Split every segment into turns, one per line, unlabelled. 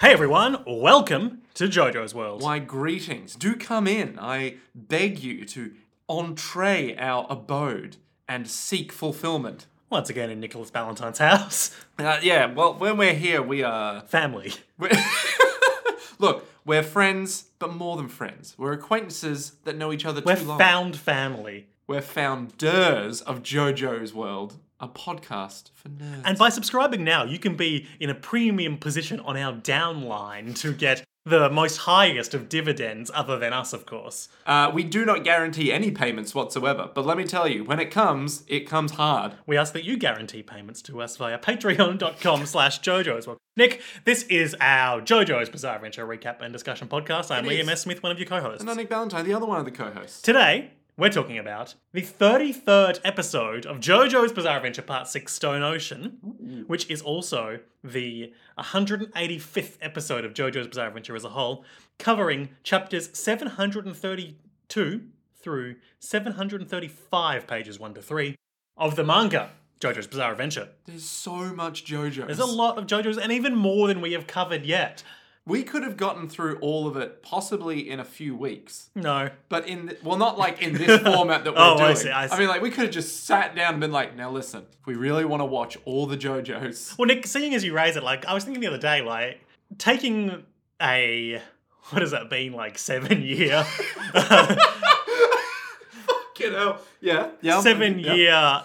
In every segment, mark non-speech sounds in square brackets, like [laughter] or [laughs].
Hey everyone, welcome to JoJo's World.
Why, greetings. Do come in. I beg you to entree our abode and seek fulfillment.
Once again in Nicholas Ballantyne's house. [laughs]
Uh, yeah, well, when we're here, we are.
Family.
We're [laughs] Look, we're friends, but more than friends. We're acquaintances that know each other
We're
too long.
found family.
we're founders of JoJo's World, a podcast for nerds.
And by subscribing now, you can be in a premium position on our downline to get the most highest of dividends, other than us, of course.
uh, we do not guarantee any payments whatsoever, but let me tell you, when it comes, it comes hard.
We ask that you guarantee payments to us via patreon.com slash JoJo's World. Nick, this is our JoJo's Bizarre Adventure recap and discussion podcast. I'm
It
Liam
is.
S. Smith, one of your co-hosts.
Not Nick Valentine, the other one of the co hosts.
Today, we're talking about the 33rd episode of JoJo's Bizarre Adventure Part 6 Stone Ocean, which is also the 185th episode of JoJo's Bizarre Adventure as a whole, covering chapters 732 through 735, pages 1 to 3, of the manga JoJo's Bizarre Adventure.
There's so much JoJo's.
There's a lot of JoJo's, and even more than we have covered yet.
We could have gotten through all of it possibly in a few weeks,
No.
but in th- well, not like
[laughs]
in this format that we're
Oh, I
doing.
see, I see.
mean, like we could have just sat down and been like, "Now listen, if we really want to watch all the JoJos."
Well, Nick, seeing as you raise it, like I was thinking the other day, like taking a what has that been like seven
[laughs]
year,
You know, yeah, yeah, I'm-
seven
yeah.
year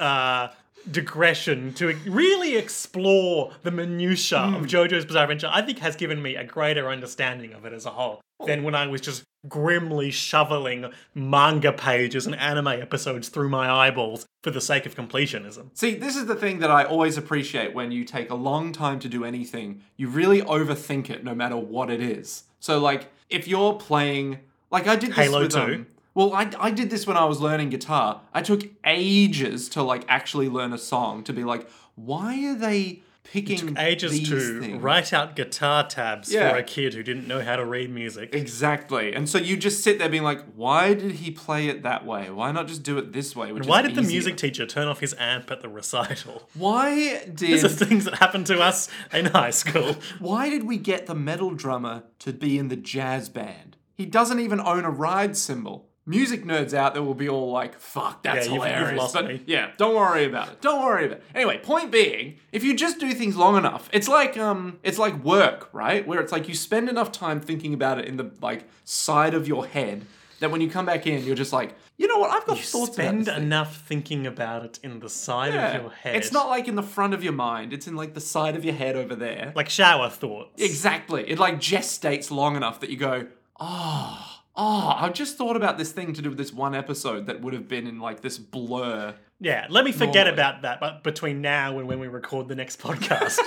uh, digression to really explore the minutia
Hmm.
of JoJo's Bizarre Adventure. I think has given me a greater understanding of it as a whole
Oh.
than when I was just grimly shoveling manga pages and anime episodes through my eyeballs for the sake of completionism.
See, this is the thing that I always appreciate when you take a long time to do anything. You really overthink it, no matter what it is. So, like, if you're playing, like I did this
Halo
with,
2.
um, well, I, I did this when I was learning guitar. I took ages to like actually learn a song to be like, why are they picking
Ages
these
to
things?
write out guitar tabs
Yeah.
for a kid who didn't know how to read music.
Exactly. And so you just sit there being like, why did he play it that way? Why not just do it this way? Which
Why
is
did the
easier?
music teacher turn off his amp at the recital? [laughs]
Why did
These are things that happened to us in high school.
Why did we get the metal drummer to be in the jazz band? He doesn't even own a ride cymbal. Music nerds out there will be all like, fuck, that's
Yeah, you've- you've
hilarious.
lost
but
me.
yeah, don't worry about it. Don't worry about it. Anyway, point being, if you just do things long enough, it's like um it's like work, right? Where it's like you spend enough time thinking about it in the like side of your head that when you come back in, you're just like, [laughs] you know what, I've got thoughts about
Spend
this thing."
enough thinking about it in the side
Yeah.
of your head.
It's not like in the front of your mind, it's in like the side of your head over there.
like shower thoughts.
Exactly. It like gestates long enough that you go, oh, oh, I've just thought about this thing to do with this one episode that would have been in like this blur.
yeah, let me forget
Normally.
about that but between now and when we record the next
[laughs]
podcast.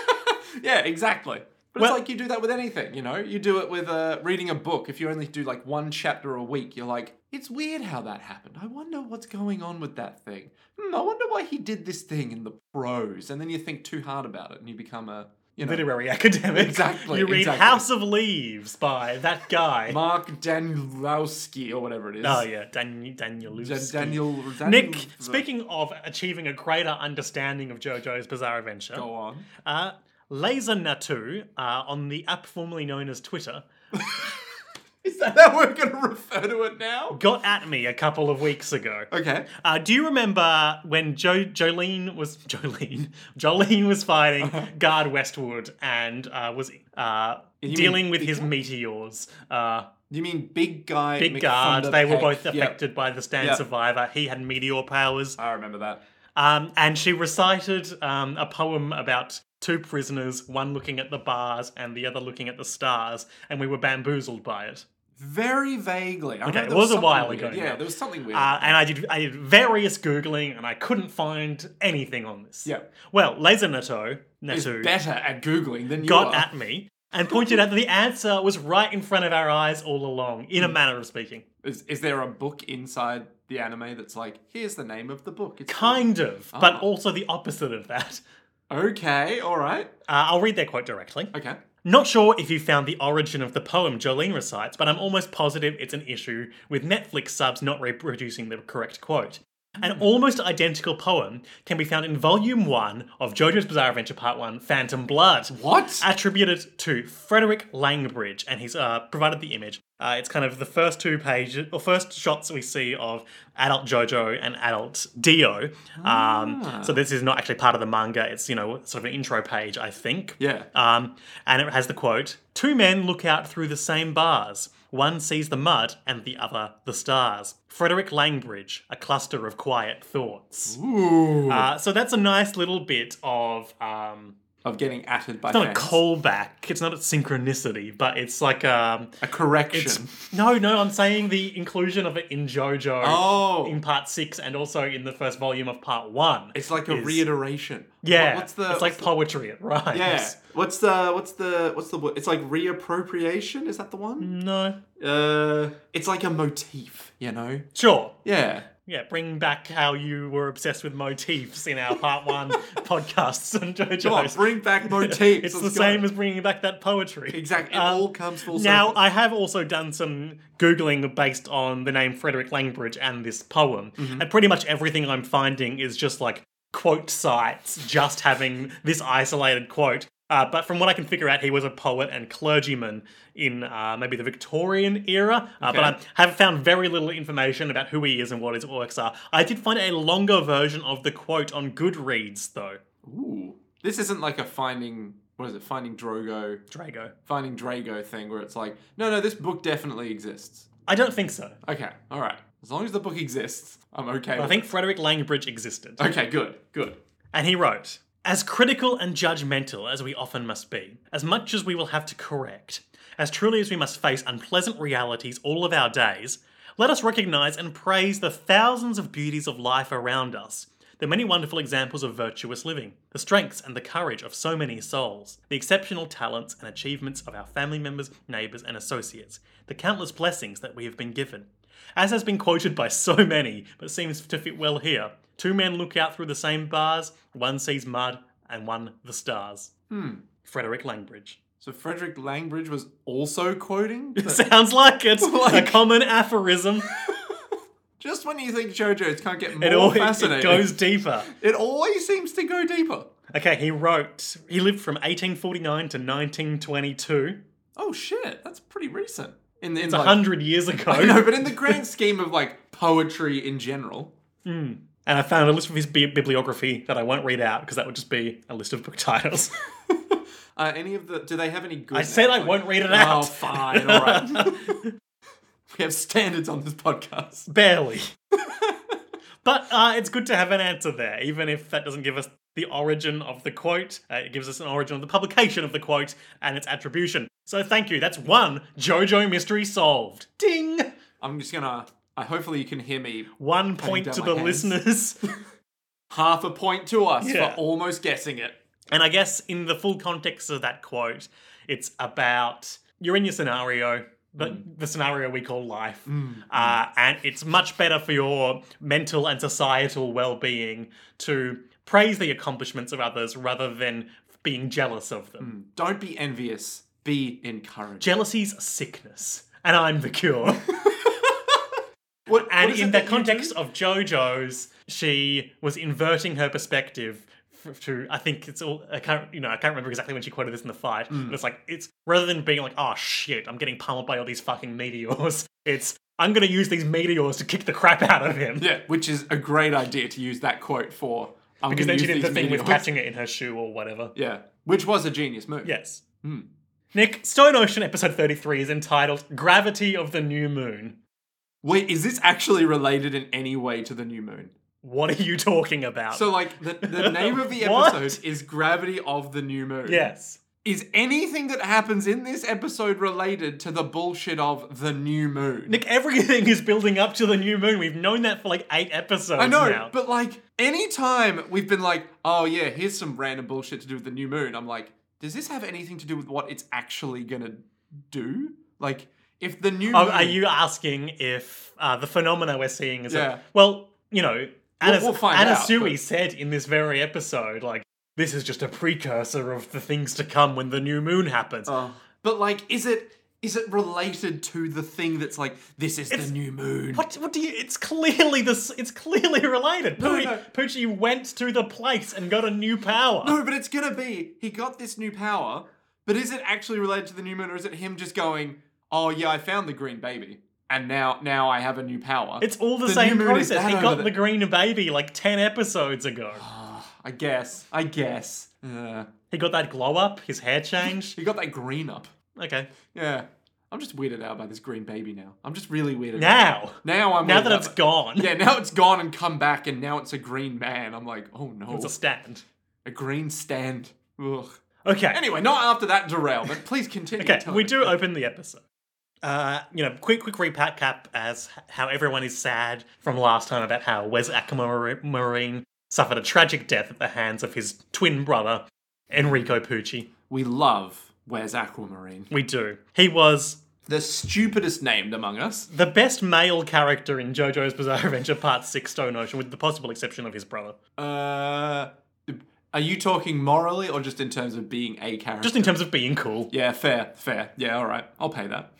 Yeah, exactly. But
Well-
it's like you do that with anything, you know? You do it with uh, reading a book. If you only do like one chapter a week, you're like, it's weird how that happened. I wonder what's going on with that thing. Hmm, I wonder why he did this thing in the prose. And then you think too hard about it and you become a, you know,
Literary academic.
Exactly,
You read
exactly.
House of Leaves by that guy.
Mark Danielowski or whatever it is.
oh yeah, Dan- Daniel
Dan- Daniel, Daniel. uh,
Nick, speaking of achieving a greater understanding of JoJo's Bizarre Adventure,
Go on.
Uh, Laser Natu, uh, on the app formerly known as Twitter,
[laughs] Is that how we're going to refer to it now?
got at me a couple of weeks ago.
Okay.
Uh, do you remember when jo- Jolene was [laughs] Jolene? Jolene was fighting
Uh-huh.
Guard Westwood and uh, was uh,
mean
dealing with
Big
his meteors. Uh,
You mean big guy?
Big
Mick
Guard,
Thunder
they were
Peck.
both
Yeah,
affected by the stand
Yeah.
survivor. He had meteor powers.
I remember that.
Um, and she recited um, a poem about two prisoners, one looking at the bars and the other looking at the stars, and we were bamboozled by it.
Very vaguely. I remember
it
there
was a
something
while
weird.
ago
Yeah,
now.
there was something weird.
Uh, and I did I did various googling, and I couldn't find anything on this.
yeah.
Well, Laser Nato
He's
Natu
better at Googling than you
got
are.
at me and pointed out that the answer was right in front of our eyes all along, in a
Hmm.
manner of speaking.
Is, is there a book inside the anime that's like, here's the name of the book? It's
Kind of, but
Ah.
also the opposite of that.
Okay, all right.
Uh, I'll read their quote directly.
Okay.
Not sure if you found the origin of the poem Jolene recites, but I'm almost positive it's an issue with Netflix subs not reproducing the correct quote. An almost identical poem can be found in Volume 1 of JoJo's Bizarre Adventure Part 1 Phantom Blood.
What?
Attributed to Frederick Langbridge, and he's uh, provided the image. Uh, it's kind of the first two pages, or first shots we see of adult JoJo and adult Dio. Um, So this is not actually part of the manga. It's, you know, sort of an intro page, I think.
Yeah.
Um, and it has the quote Two men look out through the same bars. One sees the mud and the other the stars. Frederick Langbridge, a cluster of quiet thoughts.
Ooh.
Uh, so that's a nice little bit of. Um,
of getting atted by
it's not a
fans.
callback, it's not a synchronicity, but it's like. Um,
A correction.
it's, no, no, I'm saying the inclusion of it in JoJo
Oh.
in part six and also in the first volume of part one.
It's like a
is-
reiteration.
yeah,
What- what's the?
it's like
what's
poetry, [laughs] it rhymes.
the, yeah. What's the? What's the? What's the? wo- It's like reappropriation. Is that the one?
No.
Uh, it's like a motif. You know.
Sure.
Yeah.
Yeah, bring back how you were obsessed with motifs in our part one
[laughs]
podcasts and JoJo's.
Come on, bring back motifs.
it's the
let's go.
same as bringing back that poetry.
Exactly. It
Um,
all comes full
Now,
circle.
I have also done some Googling based on the name Frederick Langbridge and this poem, and pretty much everything I'm finding is just like quote sites, just having this isolated quote. Uh, but from what I can figure out, he was a poet and clergyman in uh, maybe the Victorian era. Uh, But
Okay.
I have found very little information about who he is and what his works are. I did find a longer version of the quote on Goodreads, though.
Ooh. This isn't like a finding. What is it? Finding Drogo.
Drago.
Finding Drago thing where it's like, no, no, this book definitely exists.
I don't think so.
Okay, all right. As long as the book exists, I'm okay.
I
with
think Frederick Langbridge existed.
it. Okay, good, good.
And he wrote, As critical and judgmental as we often must be, as much as we will have to correct, as truly as we must face unpleasant realities all of our days, let us recognize and praise the thousands of beauties of life around us, the many wonderful examples of virtuous living, the strengths and the courage of so many souls, the exceptional talents and achievements of our family members, neighbors, and associates, the countless blessings that we have been given. As has been quoted by so many, but seems to fit well here, two men look out through the same bars, one sees mud and one the stars.
Hmm.
Frederick Langbridge.
So Frederick Langbridge was also [laughs] quoting. But
[laughs] Sounds like it's
[laughs] Like-
a common
[laughs]
aphorism.
just when you think JoJo's can't get more
It always
fascinating,
it goes deeper.
it always seems to go deeper.
Okay, he wrote. He lived from 1849 to 1922.
Oh shit, that's pretty recent. In, in
It's a
like, [laughs]
hundred years
I know,
ago.
but in
[laughs]
the grand scheme of like poetry in general, [laughs]
And I found a list of his bi- bibliography that I won't read out because that would just be a list of book [laughs] titles.
uh, any of the do they have any good?
I said I won't read it
Oh,
out.
fine, all
[laughs]
right. [laughs] we have standards on this podcast.
Barely.
[laughs]
but uh, it's good to have an answer there, even if that doesn't give us the origin of the quote. Uh, it gives us an origin of the publication of the quote and its attribution. So thank you. That's one JoJo mystery solved. Ding!
I'm just gonna. I hopefully you can hear me.
One point
down
to
my
the
hands.
listeners.
Half a point to us
Yeah.
for almost guessing it.
And I guess in the full context of that quote, it's about you're in your scenario, but the scenario we call life. Uh, and it's much better for your mental and societal well being to praise the accomplishments of others rather than being jealous of them.
Don't be envious. Be encouraged.
Jealousy's a sickness, and I'm the cure.
What, what
And
is
in
it
the
that you
context
do?
of JoJo's, she was inverting her perspective f- to I think it's all I can't you know I can't remember exactly when she quoted this in the fight.
Mm.
But it's like it's rather than being like oh shit I'm getting pummeled by all these fucking meteors. [laughs] It's I'm gonna use these meteors to kick the crap out of him
yeah, which is a great idea to use that quote for. I'm
because
gonna
then she
use
did the
these
thing with
meteors.
catching it in her shoe or whatever.
Yeah, which was a genius move.
Yes.
Hmm.
Nick, Stone Ocean episode 33 is entitled Gravity of the New Moon.
Wait, is this actually related in any way to the new moon?
What are you talking about?
So, like, the,
[laughs]
the name of the
What?
episode is Gravity of the New Moon.
yes.
Is anything that happens in this episode related to the bullshit of the new moon?
Nick, everything is building up to the new moon. We've known that for like eight episodes
I know,
now.
but like anytime we've been like, oh yeah, here's some random bullshit to do with the new moon, I'm like, does this have anything to do with what it's actually gonna do? Like, if the new
Oh,
moon
are you asking if uh, the phenomena we're seeing is a-
Yeah.
well, you know, Anas,
we'll find out,
Anasui
but-
said in this very episode, like
Uh.
this is just a precursor of the things to come when the new moon happens.
Oh. but like, is it Is it related to the thing that's like, this is
It's-
the new moon?
What, what do you? It's clearly this. It's clearly related.
No,
Poochie,
no.
Poochie went to the place and got a new power.
No, but it's gonna be he got this new power, but is it actually related to the new moon, or is it him just going, "Oh yeah, I found the green baby, and now now I have a new power."
It's all the,
The
same
new moon is
process.
that
He
over
got
there.
the green baby like ten episodes ago.
Ah, I guess, I guess. Yeah,
He got that glow up. His hair changed.
[laughs] he got that green up.
Okay.
Yeah, I'm just weirded out by this green baby now. I'm just really weirded. out.
Now,
Now I'm
now
weirded
that
out
it's
by-
gone,
Oh, Yeah, now it's gone and come back, and now it's a green man. I'm like, oh no,
it's a stand.
a green stand. Ugh.
Okay.
Anyway, not after that derailment. Please continue.
Okay,
telling
we
me.
do open the episode. Uh, you know, quick, quick recap cap as h- how everyone is sad from last time about how Wes Ackermar- Marine suffered a tragic death at the hands of his twin brother, Enrico Pucci.
We love Where's Aquamarine.
We do. He was
the stupidest named among us.
the best male character in JoJo's Bizarre Adventure Part 6 Stone Ocean, with the possible exception of his brother.
Uh, are you talking morally or just in terms of being a character?
Just in terms of being cool.
yeah, fair, fair. Yeah, all right, I'll pay that.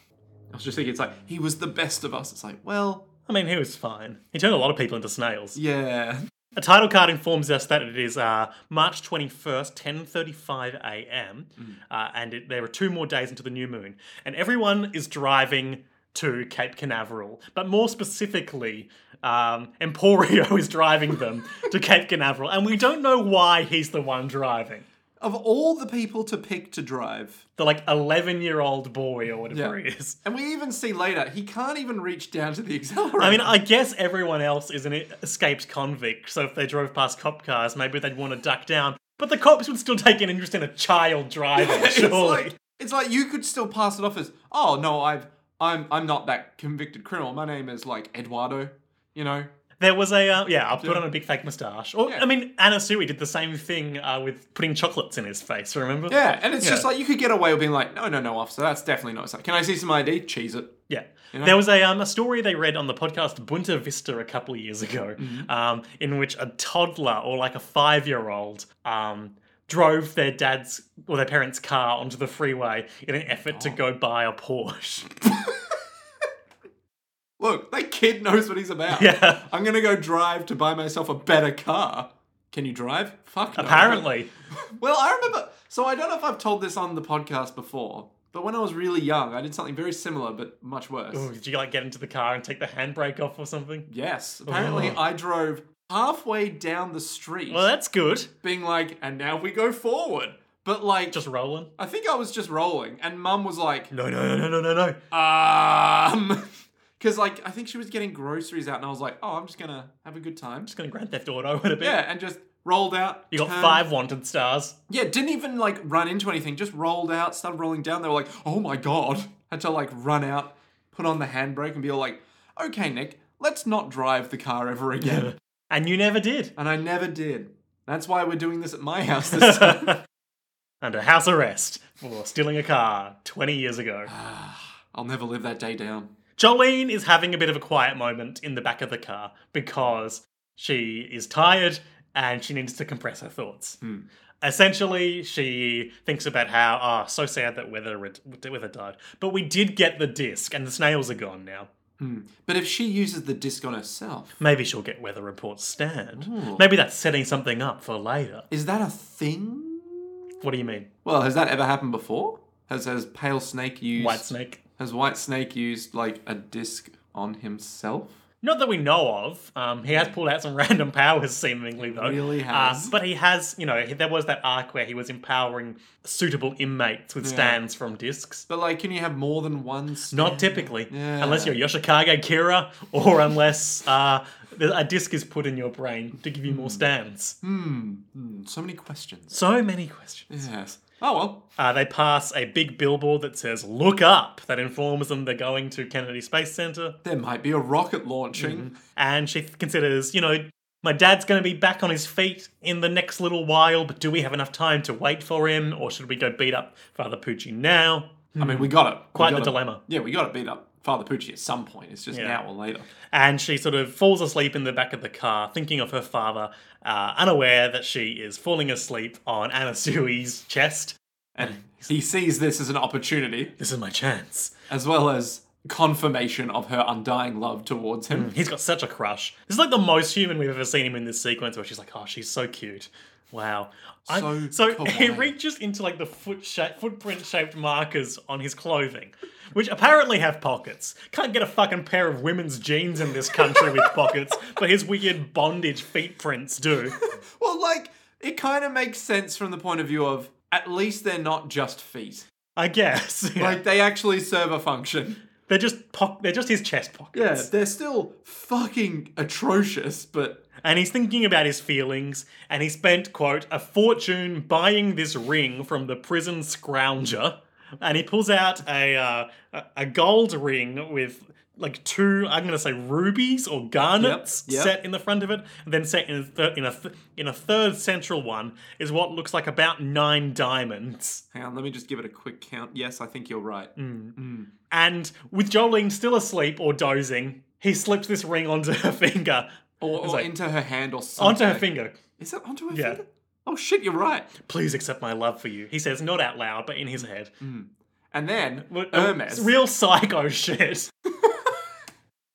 I was just thinking, it's like he was the best of us. It's like, well,
I mean, he was fine. He turned a lot of people into snails.
yeah,
A title card informs us that it is uh, March 21st, 10.35 a.m. Uh, and it, there are two more days until the new moon. And everyone is driving to Cape Canaveral. But more specifically, um, Emporio [laughs] is driving them to Cape Canaveral. And we don't know why he's the one driving.
of all the people to pick to drive,
The like 11-year-old boy or whatever
Yeah.
he is.
and we even see later he can't even reach down to the accelerator.
I mean, I guess everyone else is an e-, escaped convict, so if they drove past cop cars, maybe they'd want to duck down. But the cops would still take an interest in a child driving,
[laughs] [laughs] it's
surely.
like it's like you could still pass it off as, oh no, I've I'm I'm not that convicted criminal. My name is like Eduardo. You know,
There was a, uh, yeah, I put on a big fake moustache. Or,
Yeah.
I mean, Anasui did the same thing uh, with putting chocolates in his face, remember?
Yeah, and it's
Yeah.
just like you could get away with being like, no, no, no, officer, that's definitely not. Can I see some ID? Cheese it.
Yeah.
know?
There was a, um, a story they read on the podcast Bunta Vista a couple of years ago, um, in which a toddler or like a five year old um, drove their dad's or their parents' car onto the freeway in an effort to go buy a Porsche. [laughs]
Look, that kid knows what he's
[laughs]
about.
yeah.
I'm gonna go drive to buy myself a better car. Can you drive? Fuck
Oh.
no.
Apparently.
Well, I remember. So I don't know if I've told this on the podcast before, but when I was really young, I did something very similar but much worse.
Ooh, did you like get into the car and take the handbrake off or something?
Yes, apparently
Oh.
I drove halfway down the street,
Well, that's good.
being like, and now we go forward. But like,
Just rolling.
I think I was just rolling, and Mum was like,
No, no, no, no, no, no, no.
Um, [laughs] because like I think she was getting groceries out, and I was like, oh, I'm just gonna have a good time.
Just going to Grand Theft Auto in a bit.
Yeah, and just rolled out.
You got
turned-
five wanted stars.
Yeah, didn't even like run into anything. Just rolled out, started rolling down. They were like, oh my god, [laughs] had to like run out, put on the handbrake, and be all like, okay, Nick, let's not drive the car
[laughs]
ever again.
And you never did.
And I never did. That's why we're doing this at my
[laughs]
house this time.
Under house arrest for stealing a car 20 years
[sighs]
ago.
I'll never live that day down.
Jolene is having a bit of a quiet moment in the back of the car because she is tired and she needs to compress her thoughts.
Hmm.
Essentially, she thinks about how, ah, so sad that Weather, Weather died. But we did get the disc and the snails are gone now.
Hmm. But if she uses the disc on herself,
Maybe she'll get Weather Report's stand.
Ooh.
Maybe that's setting something up for later.
is that a thing?
What do you mean?
Well, has that ever happened before? Has has Pale Snake used
White Snake?
has White Snake used like a disc on himself?
Not that we know of. Um, he has pulled out some [laughs] random powers, seemingly though.
really
Uh,
has.
but he has, you know, he- there was that arc where he was empowering suitable inmates with stands from discs.
But like, can you have more than one? Snake?
Not typically,
Yeah.
unless you're Yoshikage Kira, or unless uh, th- a disc is put in your brain to give you more stands.
Hmm. Hmm. So many questions.
So many questions.
Yes. Oh well.
Uh, they pass a big billboard that says "Look up," that informs them they're going to Kennedy Space Center.
There might be a rocket launching.
and she th- considers, you know, my dad's going to be back on his feet in the next little while, but do we have enough time to wait for him, or should we go beat up Father Poochie now?
I mean, we got it. We
Mm-hmm. Quite the
got it.
dilemma.
Yeah, we got to beat up Father Pucci at some point. It's just
Yeah.
now or later.
And she sort of falls asleep in the back of the car, thinking of her father, uh, unaware that she is falling asleep on Anasui's chest. [laughs]
And he sees this as an opportunity,
This is my chance.
as well as confirmation of her undying love towards him.
He's got such a crush. This is like the most human we've ever seen him in this sequence where she's like, oh, she's so cute. Wow. I,
So
so he
kawaii.
reaches into like the foot shape, footprint shaped markers on his clothing, which apparently have pockets. Can't get a fucking pair of women's jeans in this country with pockets, but his weird bondage feet prints do.
Well, like, it kind of makes sense from the point of view of at least they're not just feet.
I guess. Yeah.
Like, they actually serve a function.
they're just po- they're just his chest pockets.
Yeah, they're still fucking atrocious, but
and he's thinking about his feelings, and he spent, quote, a fortune buying this ring from the prison scrounger. And he pulls out a uh, a- a gold ring with like two, I'm going to say rubies or garnets
Yep, yep.
set in the front of it, and then set in a, th- in a th- in a third central one is what looks like about nine diamonds.
hang on, let me just give it a quick count. Yes, I think you're right.
Mm. And with Jolene still asleep or dozing, he slips this ring onto her [laughs] finger,
Or, or
like-
into her hand or something.
onto her finger.
Is it onto her
Yeah.
finger? Oh shit, you're right.
Please accept my love for you. He says, not out loud, but in his head.
And then
Look,
Mm. Hermes,
oh, It's real psycho [laughs] shit.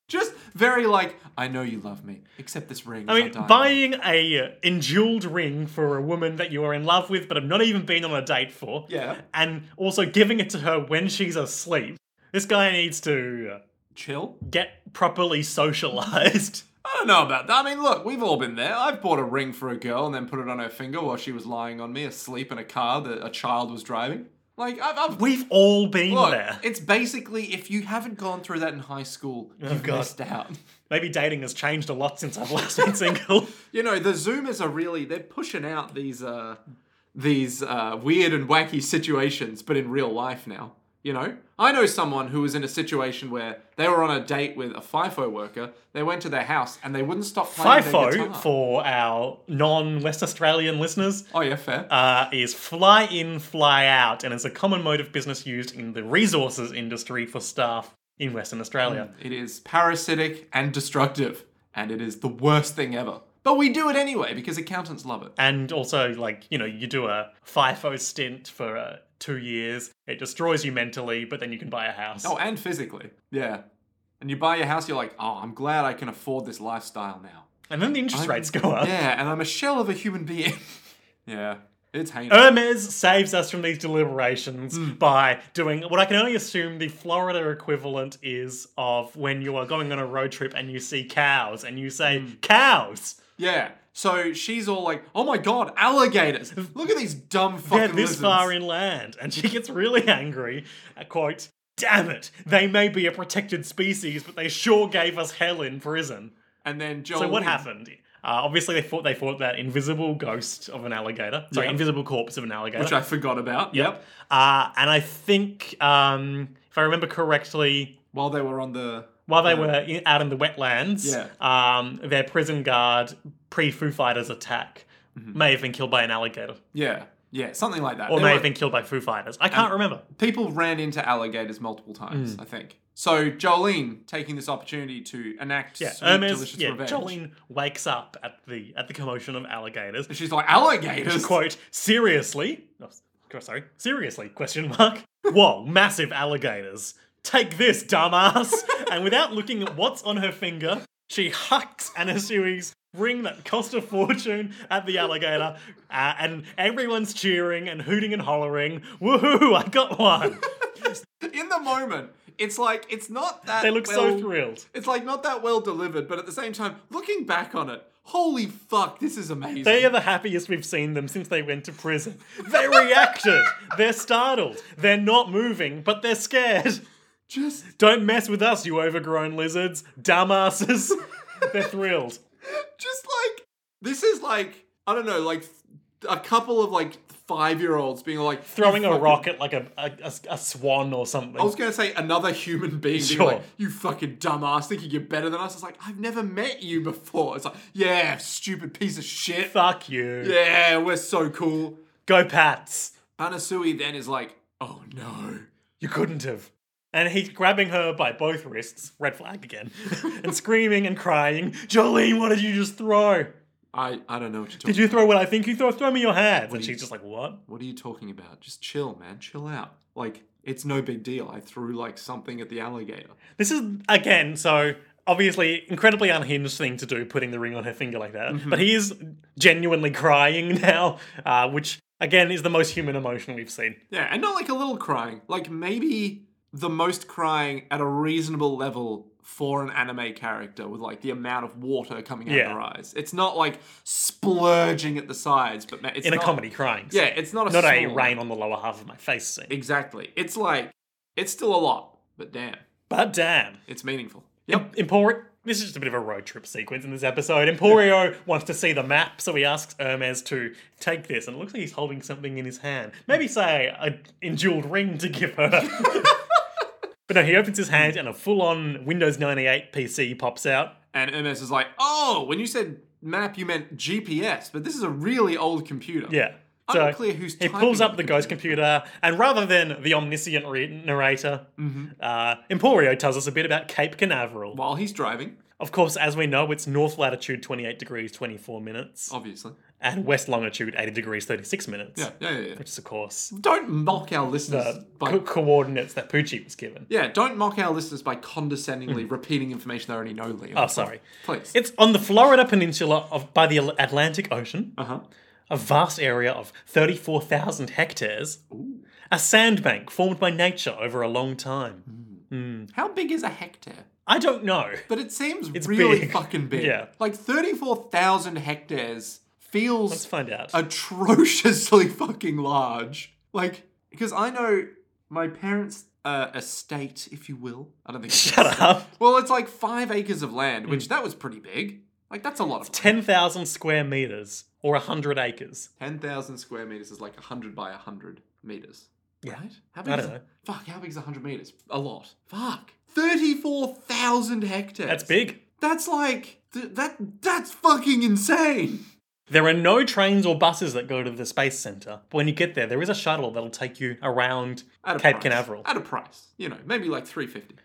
just very like, I know you love me, except this ring.
I mean, buying a uh, enjeweled ring for a woman that you are in love with, but have not even been on a date for.
Yeah.
And also giving it to her when she's asleep. This guy needs to uh,
Chill.
get properly
[laughs]
socialized.
I don't know about that. I mean, look, we've all been there. I've bought a ring for a girl and then put it on her finger while she was lying on me asleep in a car that a child was driving. Like, I've, I've
We've all been
Look,
there.
it's basically if you haven't gone through that in high school, you've
Oh, God.
missed out.
Maybe dating has changed a lot since I've last
[laughs]
been single.
You know, the Zoomers are really they're pushing out these uh these uh weird and wacky situations, but in real life now. You know? I know someone who was in a situation where they were on a date with a FIFO worker, they went to their house and they wouldn't stop playing their
FIFO,
guitar.
for our non West Australian listeners,
oh yeah, fair.
uh, is fly in, fly out, and it's a common mode of business used in the resources industry for staff in Western Australia.
It is parasitic and destructive, and it is the worst thing ever. But we do it anyway because accountants love it.
And also, like, you know, you do a FIFO stint for uh, two years, it destroys you mentally, but then you can buy a house.
Oh, and physically. Yeah. And you buy your house, you're like, oh, I'm glad I can afford this lifestyle now.
And then the interest rates go up.
Yeah, and I'm a shell of a human being. [laughs] yeah. It's
Uh.
heinous.
Hermes saves us from these deliberations by doing what I can only assume the Florida equivalent is of when you are going on a road trip and you see cows and you say, cows!
Yeah. So she's all like, oh my god, alligators. Look at these dumb fucking
They're this
lizards.
far inland. And she gets really angry. Uh, quote, Damn it! They may be a protected species, but they sure gave us hell in prison.
And then Joel.
So what
wins.
happened? Uh, obviously, they fought. They fought that invisible ghost of an alligator. Sorry,
Yeah.
invisible corpse of an alligator.
Which I forgot about. Yep.
uh, and I think, um, if I remember correctly,
While they were on the.
while they were in, out in the wetlands,
Yeah.
um, their prison guard pre Foo Fighters attack may have been killed by an alligator,
Yeah. Yeah, something like that.
or
Mm-hmm. They
may
were-
have been killed by Foo Fighters. I can't remember.
people ran into alligators multiple times,
Hmm.
I think. So Jolene taking this opportunity to enact
Yeah,
sweet,
Hermes.
delicious
Yeah,
revenge.
Jolene wakes up at the at the commotion of alligators.
And she's like, [laughs] alligators?
Quote: Seriously? No, s- sorry, seriously? Question mark. [laughs] Whoa, massive alligators! Take this,
[laughs]
dumbass! and without looking at what's on her finger, she hucks Anasui's ring that cost a fortune at the alligator,
[laughs]
uh, and everyone's cheering and hooting and hollering. Woohoo! I got one.
In the moment, it's like, it's not that.
They look
well,
so thrilled.
It's like not that well delivered, but at the same time, looking back on it, holy fuck, this is amazing.
They are the happiest we've seen them since they went to prison. They reacted. They're startled. They're not moving, but they're scared.
Just,
Don't mess with us, you overgrown lizards. Dumbasses. they're thrilled.
just like, this is like, I don't know, like a couple of like five year olds being like,
Throwing
"You
a
fucking-
rock at like a, a, a- a swan or
I was
something.
gonna say another human being being
Sure.
like, "You fucking dumbass, thinking you're better than us." It's like I've never met you before. It's like, yeah, stupid piece of shit.
Fuck you.
Yeah, we're so cool.
Go Pats.
Anasui then is like, "Oh no."
You couldn't have. And he's grabbing her by both [laughs] wrists, red flag again, and screaming and crying, Jolene, what did you just throw?
I I, I don't know what you're talking
Did you throw what I think you throw? Throw me your hands. And
do you-
she's just like, what?
What are you talking about? Just chill, man. Chill out. Like, it's no big deal. I threw, like, something at the alligator.
This is again so obviously incredibly unhinged thing to do, putting the ring on her finger like that.
Mm-hmm.
But he is genuinely crying [laughs] now, uh, which again is the most human emotion we've seen.
Yeah, and not like a little crying. Like, maybe the most crying at a reasonable level for an anime character with, like, the amount of water coming out
Yeah.
of their eyes. It's not, like, splurging at the sides, but ma- it's
In
not-
a comedy crying.
Yeah, it's not a
Not a
small-
rain on the lower half of my face scene.
Exactly. It's like, it's still a lot, but damn,
But damn.
it's meaningful. Yep.
Emporio. This is just a bit of a road trip sequence in this episode. Emporio [laughs] wants to see the map, so he asks Hermes to take this, and it looks like he's holding something in his hand. Maybe say a jeweled ring to give her. [laughs] but no, he opens his hand, and a full-on Windows 98 PC pops out.
And MS is like, oh, when you said map, you meant GPS, but this is a really old computer.
Yeah. So
Unclear who's
he
typing
pulls
on
up the ghost computer, and rather than the omniscient re- narrator,
Mm-hmm.
uh, Emporio tells us a bit about Cape Canaveral.
while he's driving,
Of course, as we know, it's north latitude 28 degrees 24 minutes. [laughs]
obviously.
and west longitude 80 degrees 36 minutes
Yeah, yeah, yeah. yeah.
which is of course
Don't mock our listeners
the
by.
co- coordinates that Poochie was given
yeah, don't mock our listeners by condescendingly repeating information they already know, Liam.
Hmm. oh sorry
Please.
it's on the Florida peninsula of by the Atlantic Ocean
Uh huh.
a vast area of 34,000 hectares a sandbank formed by nature over a long time
How big is a hectare?
I don't know
But it seems really
big.
fucking big.
[laughs] Yeah.
Like 34,000 hectares
let's
feels
find out
atrociously [laughs] fucking large. Like, because I know my parents' uh, estate, if you will. I don't think.
[laughs]
it's-
shut up Mm.
Well, it's like five acres of land, which that was pretty big. Like, that's a lot
[laughs]
of.
10,000 square meters or 100 acres
10,000 square meters is like 100 by 100 meters.
Yeah.
Right? How
I
is
don't
a-
know.
Fuck, how big is 100 meters? A lot. Fuck. 34,000 hectares.
that's big
That's like. Th- that That's fucking insane.
There are no trains or buses that go to the space center. But when you get there, there is a shuttle that'll take you around
At a
Cape
price.
Canaveral.
At a price. You know, maybe like 350.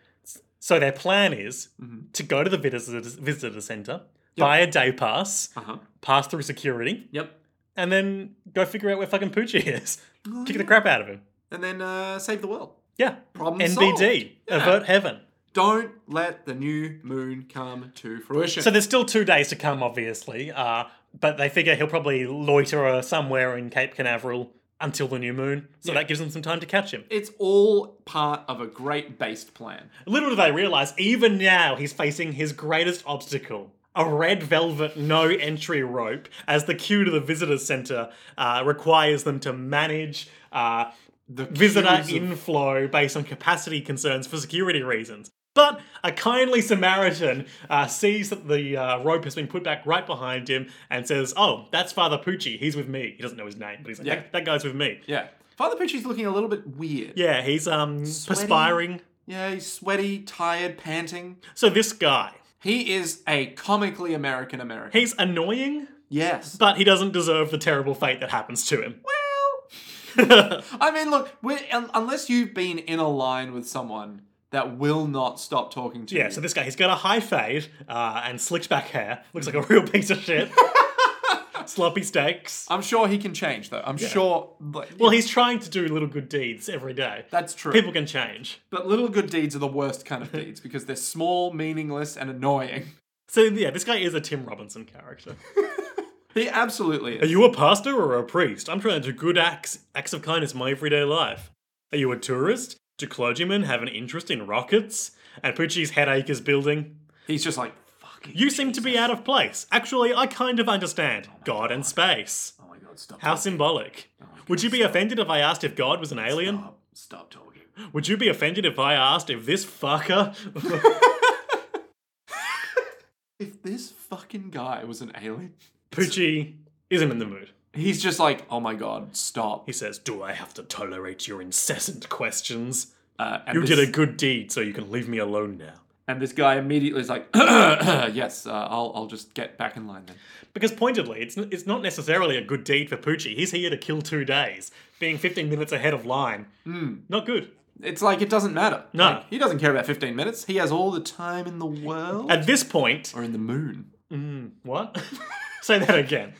So their plan is
Mhm.
to go to the visitor, visitor center, buy a day pass,
Uh huh.
pass through security,
Yep.
and then go figure out where fucking Poochie [laughs] is.
Oh,
Kick
yeah.
the crap out of him.
And then uh, save the world.
Yeah.
Problem solved.
NBD.
Yeah.
Avert heaven.
Don't let the new moon come to fruition.
So there's still two days to come, obviously. Uh, but they figure he'll probably loiter uh, somewhere in Cape Canaveral until the new moon. So that gives them some time to catch him.
it's all part of a great based plan.
Little do they realise, even now he's facing his greatest obstacle. A red velvet no entry rope, as the queue to the visitor centre uh, requires them to manage uh,
The
visitor
cues of-
inflow based on capacity concerns for security reasons. But a kindly Samaritan uh, sees that the uh, rope has been put back right behind him and says, Oh, that's Father Pucci. He's with me. He doesn't know his name, but he's like,
Yeah.
that, that guy's with me.
Yeah. Father Pucci's looking a little bit weird.
Yeah, he's um, perspiring.
Yeah, he's sweaty, tired, panting.
So this guy,
He is a comically American American.
he's annoying.
Yes.
But he doesn't deserve the terrible fate that happens to him.
well, I mean, look, we're, un- unless you've been in a line with someone that will not stop talking
[laughs]
to
yeah,
you.
so this guy, he's got a high fade uh, and slicked back hair. Looks like a real piece of shit. Sloppy steaks.
I'm sure he can change, though. I'm sure. Like,
Well, he's trying to do little good deeds every day.
that's true.
People can change.
But little good deeds are the worst kind of deeds because they're small, meaningless, and annoying. [laughs]
So, yeah, this guy is a Tim Robinson character.
He absolutely
Are
is.
you a pastor or a priest? I'm trying to do good acts, acts of kindness in my everyday life. Are you a tourist? Do clergymen have an interest in rockets? And Pucci's headache is building.
He's just like, fucking.
You seem to be out of place. Actually, I kind of understand. God and space.
Oh my god, stop.
How symbolic. Would you be offended if I asked if God was an alien?
Stop, stop talking.
Would you be offended if I asked if this fucker. [laughs]
If this fucking guy was an alien,
Poochie isn't in the mood.
he's just like, oh my god, stop.
He says, Do I have to tolerate your incessant questions?
Uh, and
You
this,
did a good deed, so you can leave me alone now.
And this guy immediately is like, [clears throat] yes, uh, I'll, I'll just get back in line then.
Because pointedly, it's, n- it's not necessarily a good deed for Poochie. He's here to kill two days, being 15 minutes ahead of line. Not good.
It's like, it doesn't matter.
No.
Like, he doesn't care about 15 minutes. He has all the time in the world.
At this point.
or in the moon.
Mm, what? [laughs] Say that again.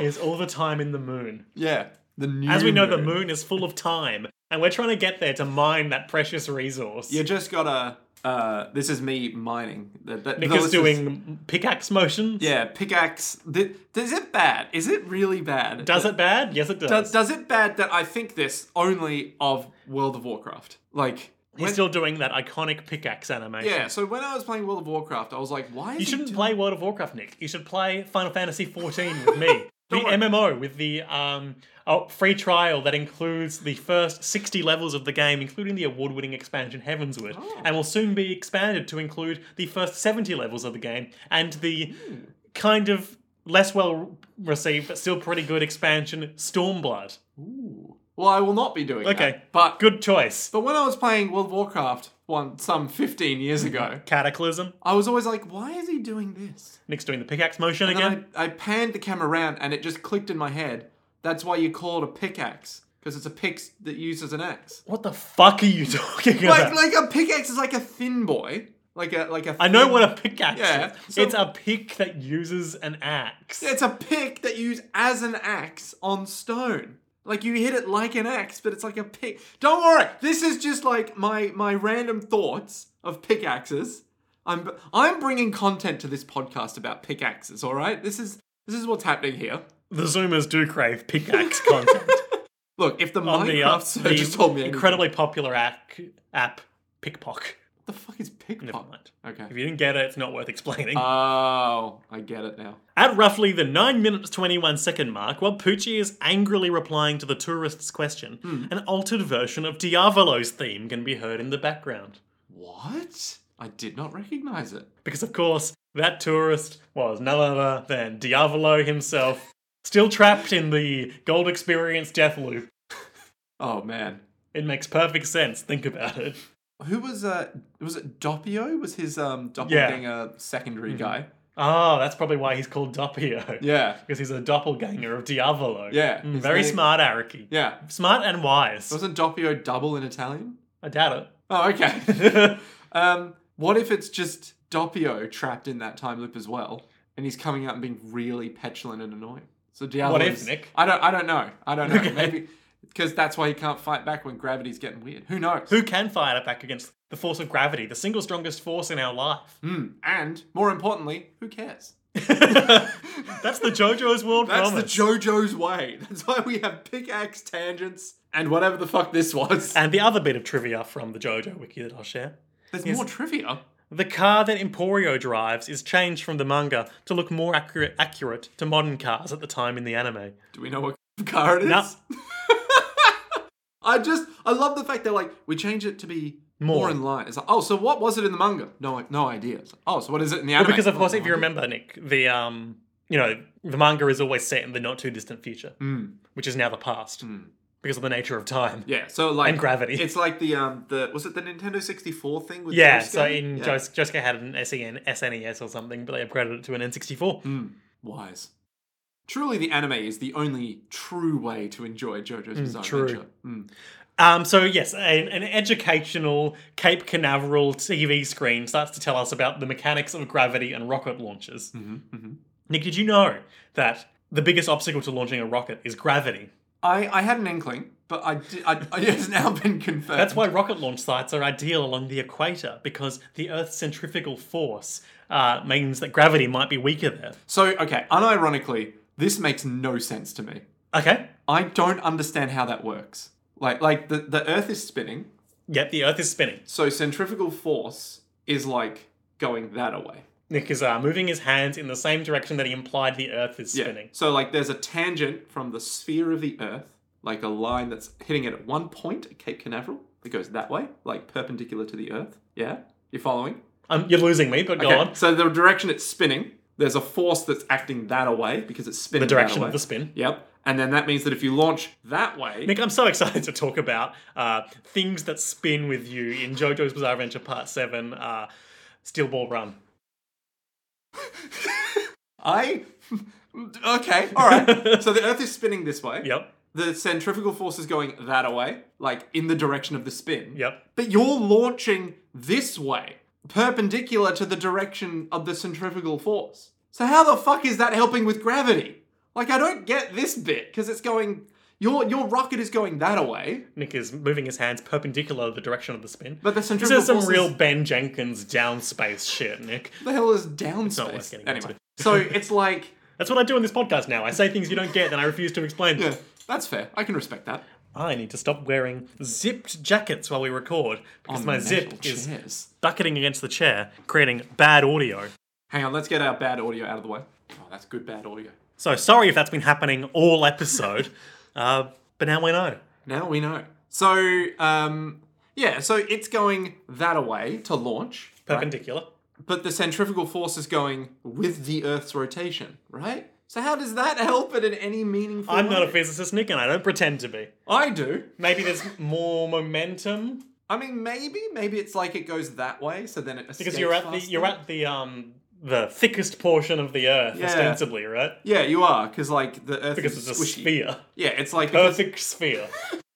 Is all the time in the moon.
Yeah. The new
As we know, the moon is full of time, and we're trying to get there to mine that precious resource.
You just gotta. Uh, this is me mining. That, that,
Nick is
this
doing pickaxe motion.
yeah, pickaxe. Th- is it bad? Is it really bad?
Does it bad? Yes, it does.
does, does it bad that I think this only of World of Warcraft? Like,
He's
when-
still doing that iconic pickaxe animation.
yeah. So when I was playing World of Warcraft, I was like, why is
You
he
shouldn't
doing-
play World of Warcraft, Nick. You should play Final Fantasy XIV with me. The
[laughs] Don't worry.
MMO with the um, oh, free trial that includes the first 60 levels of the game, including the award winning expansion Heavensward,
Oh.
and will soon be expanded to include the first 70 levels of the game and the
Hmm.
kind of less well received but still pretty good expansion Stormblood.
Ooh. Well, I will not be doing that.
Okay.
But
Good choice.
but when I was playing World of Warcraft one some 15 years ago,
Cataclysm.
I was always like, why is he doing this?
Nick's doing the pickaxe motion
And
again.
then I, I panned the camera around and it just clicked in my head. That's why you call it a pickaxe because it's a pickaxe that uses
[laughs]
an axe.
What the fuck are you [laughs] talking about?
Like like a pickaxe is like a thin boy, like a like a.
I know
thin-
what a pickaxe
Yeah,
is.
so-
it's a pick that uses an axe.
It's a pick that you use as an axe on stone. Like you hit it like an axe, but it's like a pick. Don't worry, this is just like my my random thoughts of pickaxes. I'm I'm bringing content to this podcast about pickaxes. All right, this is this is what's happening here.
The Zoomers do crave pickaxe
[laughs]
content
Look, if the
on the, uh,
Minecraft
the
search just told me anything-
incredibly popular app, app Pickpock.
what the fuck is
Never
pickpocket?
mind. If
Okay.
you didn't get it, it's not worth explaining.
Oh, I get it now.
At roughly the 9 minutes 21 second mark, while Pucci is angrily replying to the tourist's question,
Hmm.
an altered version of Diavolo's theme can be heard in the background.
What? I did not recognize it.
Because, of course, that tourist was none other than Diavolo himself, still trapped in the gold experience death loop.
Oh man,
It makes perfect sense, think about it.
Who was uh was it Doppio? Was his um doppelganger secondary
Mm-hmm.
guy?
Oh, that's probably why he's called Doppio.
Yeah.
Because he's a doppelganger of Diavolo.
Yeah,
Mm,
his
very
name-
smart, Araki.
Yeah.
Smart and wise.
Wasn't Doppio double in Italian?
I doubt
Oh, okay.
[laughs]
[laughs]
it.
um what if it's just Doppio trapped in that time loop as well? And he's coming out and being really petulant and annoying. So Diablo
What if,
is-
Nick?
I don't I don't know. I don't know.
[laughs] Okay.
Maybe because that's why he can't fight back when gravity's getting weird. Who knows?
Who can fight back against the force of gravity, the single strongest force in our life?
Hmm. And more importantly, who cares?
[laughs] that's the JoJo's World
That's
promise.
the JoJo's way. [laughs] That's why we have pickaxe tangents and whatever the fuck this was.
and the other bit of trivia from the JoJo wiki that I'll share.
[laughs] There's more trivia.
The car that Emporio drives is changed from the manga to look more accurate, accurate to modern cars at the time in the anime.
Do we know what car it is?
No.
I just I love the fact they're like we change it to be more,
More.
in line. It's like oh, so what was it in the manga? No, I- no idea. It's like, oh, so what is it in the anime?
Because of
Oh,
course,
no
if you
idea.
remember, Nick, the um, you know, the manga is always set in the not too distant future,
Mm.
which is now the past because of the nature of time
yeah, so like
and gravity.
It's like the um the was it the Nintendo sixty four thing
[laughs]
with
yeah,
Josuke?
so in
Yeah.
Jos- Josuke had an E SEN, SNES or something, but they upgraded it to an N64.
Mm. wise. Truly, the anime is the only true way to enjoy JoJo's Bizarre
Hmm, true.
Adventure. Mm.
Um, so yes, an, an educational Cape Canaveral TV screen starts to tell us about the mechanics of gravity and rocket launches.
Mm-hmm,
Nick, did you know that the biggest obstacle to launching a rocket is gravity?
I, I had an inkling, but I, di- I, [laughs] I- it's now been confirmed.
That's why rocket launch sites are ideal along the equator because the Earth's centrifugal force uh, means that gravity might be weaker there.
So, okay, unironically, this makes no sense to me.
Okay.
I don't understand how that works. Like, like the, the Earth is spinning,
Yep, the Earth is spinning.
so centrifugal force is like going that away.
Nick is uh, moving his hands in the same direction that he implied the Earth is spinning.
So, like, there's a tangent from the sphere of the Earth, like a line that's hitting it at one point at Cape Canaveral that goes that way, like perpendicular to the Earth. Yeah, you're following?
Um, you're losing me, but go
Okay,
on.
So the direction it's spinning, there's a force that's acting that away because it's spinning.
The direction
that
of
away.
the spin.
Yep. And then that means that if you launch that way,
Nick, I'm so [laughs] excited to talk about uh, things that spin with you in JoJo's Bizarre Adventure Part 7 uh, Steel Ball Run.
I [laughs] okay, all right. so the Earth is spinning this way.
Yep,
The centrifugal force is going that away, like in the direction of the spin.
yep.
But you're launching this way, perpendicular to the direction of the centrifugal force. So how the fuck is that helping with gravity? Like I don't get this bit because it's going your your rocket is going that away,
Nick is moving his hands perpendicular to the direction of the spin.
but the
This
centrifugal
is some
forces-
real Ben Jenkins down space shit, Nick.
What the hell is down
not worth
space?
getting into.
Anyway,
[laughs]
so it's like
That's what I do on this podcast now. I say things you don't get, then I refuse to explain. them.
yeah, that's fair. I can respect that.
I need to stop wearing zipped jackets while we record because
On
my
Oh, metal
zip is
chairs.
bucketing against the chair, creating bad audio.
Hang on, let's get our bad audio out of the way. Oh, that's good bad audio.
So sorry if that's been happening all
[laughs]
episode, uh, but now we know.
Now we know. So um yeah, so it's going that away to launch, right?
Perpendicular.
but the centrifugal force is going with the Earth's rotation, right? So how does that [laughs] help it in any meaningful
I'm not a
way?
physicist, Nick, and I don't pretend to be.
I do.
Maybe there's more momentum
I mean, maybe, maybe it's like it goes that way, so then it escapes
because you're at the
faster.
you're at the um the thickest portion of the Earth,
Yeah.
ostensibly, right?
yeah, you are because like the Earth
Because
is
it's a
squishy.
sphere,
Yeah, it's like because,
perfect sphere.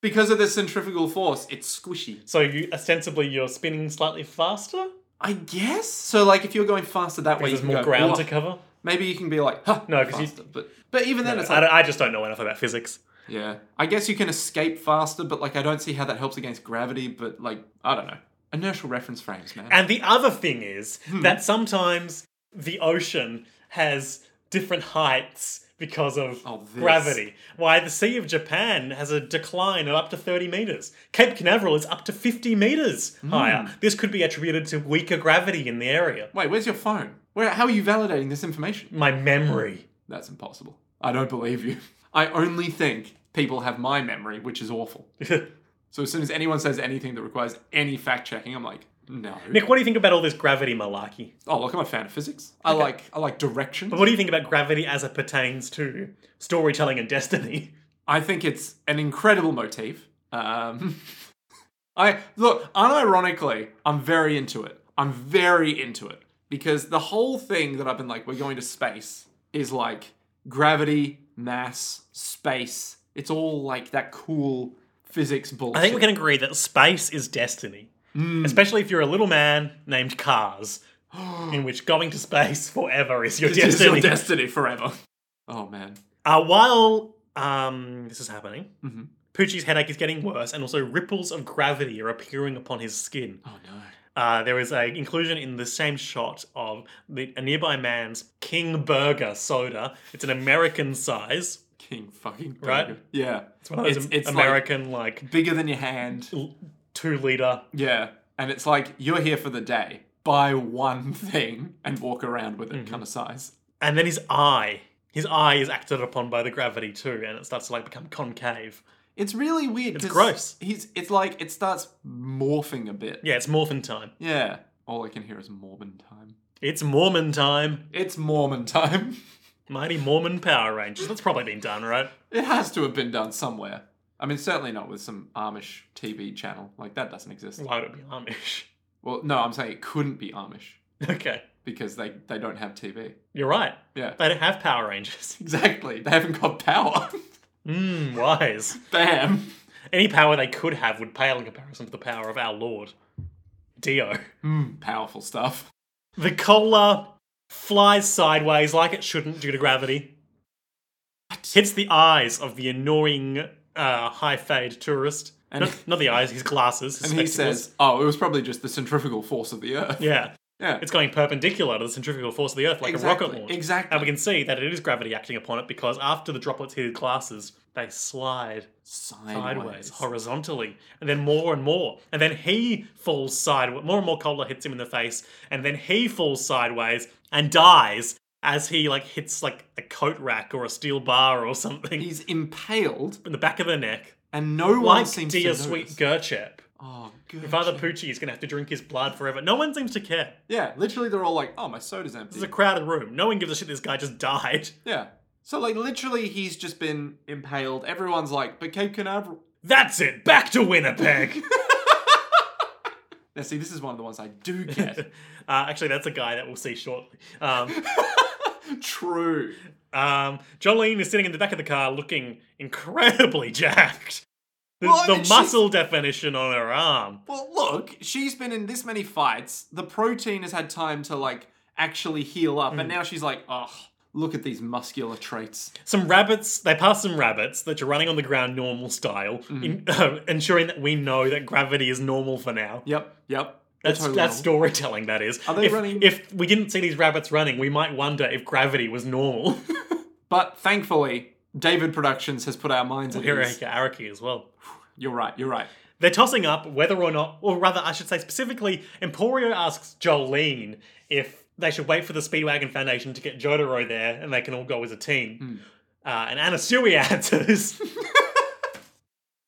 because of the centrifugal force, it's squishy.
So you ostensibly you're spinning slightly faster.
I guess so. Like if you're going faster that way, you
There's
can
more
go,
ground
"Whoa."
to cover.
Maybe you can be like, huh,
No, 'cause you-
faster. But but even then, it's
I,
like,
don't- I just don't know enough about physics.
yeah. I guess you can escape faster, but like I don't see how that helps against gravity. But like I don't know, inertial reference frames, man.
And the other thing is that sometimes the ocean has different heights because of
Oh, this.
gravity. Why the Sea of Japan has a decline of up to 30 meters. Cape Canaveral is up to 50 meters higher. This could be attributed to weaker gravity in the area.
Wait, where's your phone? Where? How are you validating this information?
My memory.
That's impossible. I don't believe you. [laughs] I only think people have my memory, which is awful.
[laughs] Nick,
So as soon as anyone says anything that requires any fact checking, I'm like, no.
what do you think about all this gravity malarkey?
Oh, look, I'm a fan of physics. I like I like direction.
What do you think about gravity as it pertains to storytelling and destiny?
I think it's an incredible motif. Um, [laughs] I look, unironically, I'm very into it. I'm very into it because the whole thing that I've been like, we're going to space is like gravity, mass, space. It's all like that cool physics bullshit.
I think we can agree that space is destiny. Especially if you're a little man named Cars, in which going to space forever is your
[gasps] This is your
destiny.
destiny forever. Oh man,
uh, while um, this is happening,
Mhm.
Poochie's headache is getting worse, and also ripples of gravity are appearing upon his skin.
oh no.
Uh, there is a inclusion in the same shot of the, a nearby man's King Burger soda. It's an American size.
King fucking
Right?
Burger. Yeah,
It's one of those
It's- it's like-
American like,
bigger than your hand.
l- two liter.
Yeah. And it's like, you're here for the day. Buy one [laughs] thing and walk around with it
Mm-hmm.
kind of size.
and then his eye his eye is acted upon by the gravity too and it starts to like become concave
It's really weird. It's
gross.
He's it's like it starts morphing a bit.
yeah it's mormon time
Yeah. All I can hear is Mormon time.
it's mormon time
It's Mormon time. [laughs]
mighty mormon power rangers that's probably been done right
It has to have been done somewhere. I mean, certainly not with some Amish TV channel. Like that doesn't exist.
why would it be amish [laughs]
Well, no, I'm saying it couldn't be Amish
okay
because they, they don't have TV.
you're right
Yeah. [laughs]
they don't have power rangers [laughs]
Exactly. They haven't got power. [laughs]
mmm wise
Bam.
any power they could have would pale in comparison to the power of our lord dio
Mm, powerful stuff.
the cola flies sideways like it shouldn't due to gravity hits the eyes of the annoying uh, high fade tourist.
And- [laughs]
not, not the eyes, his glasses. His
And he
spectacles.
says, "Oh, it was probably just the centrifugal force of the Earth."
"Yeah,
Yeah,
it's going perpendicular to the centrifugal force of the Earth, like
exactly.
a rocket launch." And we
Exactly.
can see that it is gravity acting upon it because after the droplets hit his glasses, they slide sideways,
Sideways.
horizontally, and then more and more, and then he falls sideways. More and more cola hits him in the face, and then he falls sideways and dies as he like hits like a coat rack or a steel bar or something
He's impaled,
[laughs] in the back of the neck.
and no one
like
seems
dear
to
sweet
notice.
Gerchep.
Oh, good.
Father Poochie is going to have to drink his blood forever. No one seems to care.
Yeah, literally, they're all like, "Oh, my soda's empty."
This is a crowded room. No one gives a shit this guy just died. [laughs]
Yeah. So, like, literally, he's just been impaled. Everyone's like, "But Cape Canaveral."
That's it. Back to
[laughs]
Winnipeg. [laughs]
Now, see, this is one of the ones I
[laughs]
do get.
Uh, actually, that's a guy that we'll see shortly. Um,
True.
um, Jolene is sitting in the back of the car looking incredibly [laughs] jacked. The,
Well, I
the
mean, she's-
muscle definition on her arm.
Well, look, she's been in this many fights. The protein has had time to like actually heal up.
Mm.
And now she's like, oh, look at these muscular traits.
Some rabbits, they pass some rabbits that you're running on the ground normal style,
Mm.
in, [laughs] uh, ensuring that we know that gravity is normal for now.
Yep, yep.
That's,
Totally.
that's storytelling, that is.
Are they
if,
running-
if we didn't see these rabbits running, we might wonder if gravity was normal. [laughs]
But thankfully, David Productions has put our minds at
Here,
ease.
Araki as well.
You're right, you're right.
They're tossing up whether or not, or rather, I should say specifically, Emporio asks Jolene if they should wait for the Speedwagon Foundation to get Jotaro there and they can all go as a team. Uh, and Anasui answers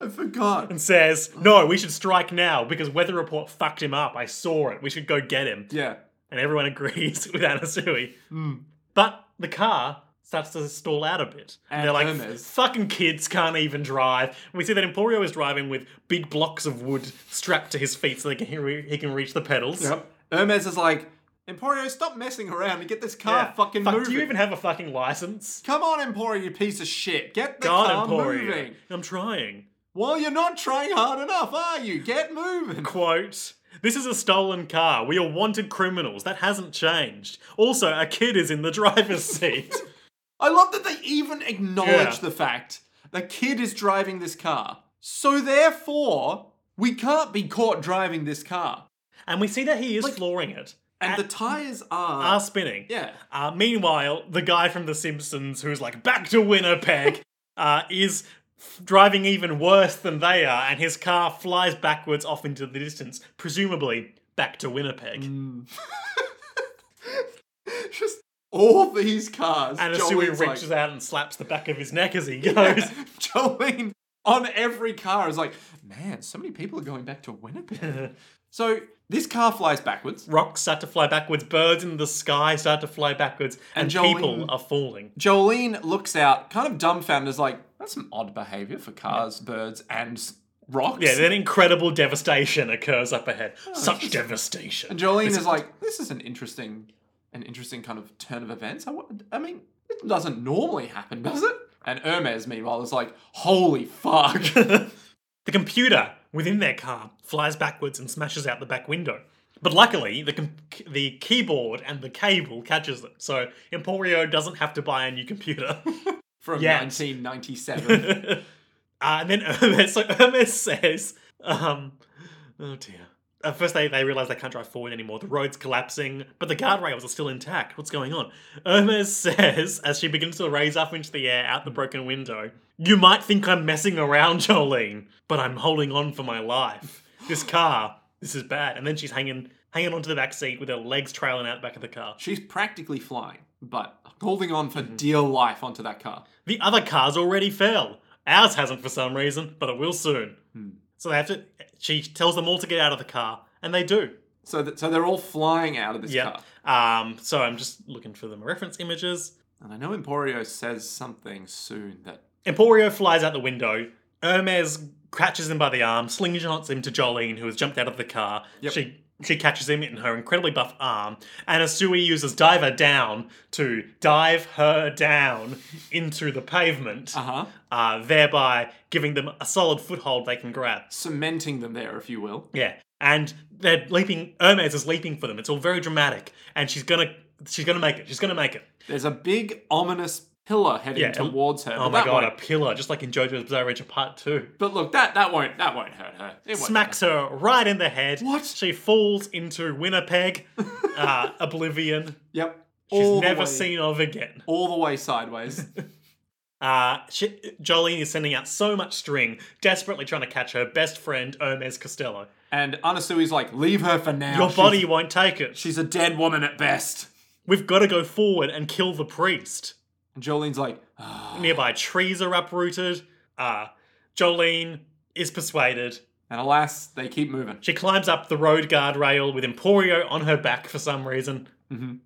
I forgot.
and [laughs] says, No, we should strike now because Weather Report fucked him up. I saw it. We should go get him.
Yeah.
And everyone agrees [laughs] with Anasui.
Mm.
But the car starts to stall out a bit. And,
And
they're like,
Hermes.
fucking kids can't even drive. And we see that Emporio is driving with big blocks of wood strapped to his feet so they can, he, re- he can reach the pedals.
Yep. Hermes is like, Emporio, stop messing around and get this car
Yeah.
fucking
Fuck,
moving.
Do you even have a fucking license?
Come on, Emporio, you piece of shit. Get the car
God, Emporio.
moving.
I'm trying.
Well, you're not trying hard enough, are you? Get moving.
Quote. This is a stolen car. We are wanted criminals. That hasn't changed. Also, a kid is in the driver's [laughs] seat.
I love that they even acknowledge
Yeah.
the fact the kid is driving this car. So therefore, we can't be caught driving this car.
and we see that he is flooring it.
And
At-
the tires are,
are spinning.
yeah,
Uh, meanwhile, the guy from The Simpsons who's like, back to Winnipeg, [laughs] uh, is f- driving even worse than they are, and his car flies backwards off into the distance, presumably back to Winnipeg.
just all these cars.
and Asui
Jolene's
reaches
like,
out and slaps the back of his neck as he goes.
[laughs] Jolene on every car is like, man, so many people are going back
[laughs]
to Winnipeg. so this car flies backwards.
Rocks start to fly backwards, birds in the sky start to fly backwards, and,
And Jolene-
people are falling.
Jolene looks out, kind of dumbfounded, is like, that's some odd behavior for cars, birds, and s- rocks.
Yeah, then incredible devastation occurs up ahead. Such devastation.
and Jolene is like, this is an interesting, an interesting kind of turn of events. I, wa- I mean, it doesn't normally happen, does it? And Hermes, meanwhile, is like, holy fuck. [laughs]
The computer within their car flies backwards and smashes out the back window. But luckily, the com- the keyboard and the cable catches it, so Emporio doesn't have to buy a new computer. [laughs]
From
Yeah.
1997.
[laughs] uh, and then [laughs] Hermes, so Hermes says, um, "Oh dear." At first, they, they realize they can't drive forward anymore. The road's collapsing, but the guardrails are still intact. What's going on? Hermes [laughs] says, as she begins to raise up into the air out the broken window, You might think I'm messing around, Jolene, but I'm holding on for my life. This car, this is bad. And then she's hanging hanging onto the back seat with her legs trailing out the back of the car.
She's practically flying, but holding on
Mm-hmm.
for dear life onto that car.
The other car's already fell. Ours hasn't for some reason, but it will soon. So they have to. She tells them all to get out of the car, and they do.
So, that, so they're all flying out of this
Yeah.
car.
Um. So I'm just looking for the reference images.
And I know Emporio says something soon that
Emporio flies out the window. Hermes catches him by the arm, slingshots him to Jolene, who has jumped out of the car.
Yep.
She she catches him in her incredibly buff arm, and Asui uses Diver Down to dive her down into the pavement,
uh-huh.
uh, thereby giving them a solid foothold they can grab.
cementing them there, if you will.
Yeah, and they're leaping. Hermes is leaping for them. It's all very dramatic, and she's gonna she's gonna make it. She's gonna make it.
There's a big ominous pillar heading
Yeah, and-
towards her.
Oh
but
my
that
god, a
won't-
pillar, just like in JoJo's Bizarre Adventure Part Two,
But look, that that won't that won't hurt her. It won't
smacks her right in the head.
What?
She falls into
[laughs]
Winnipeg, uh, oblivion.
Yep.
She's
all the
never
way-
seen of again.
all the
[laughs]
way sideways.
Uh, she, Jolene is sending out so much string, desperately trying to catch her best friend Hermes Costello.
and Anasui's like, leave her for now.
Your
She's-
body won't take it.
She's a dead woman at best.
We've got to go forward and kill the priest.
And Jolene's like, "Ah."
Nearby trees are uprooted. Uh, Jolene is persuaded.
and alas, they keep moving.
She climbs up the road guardrail with Emporio on her back for some reason.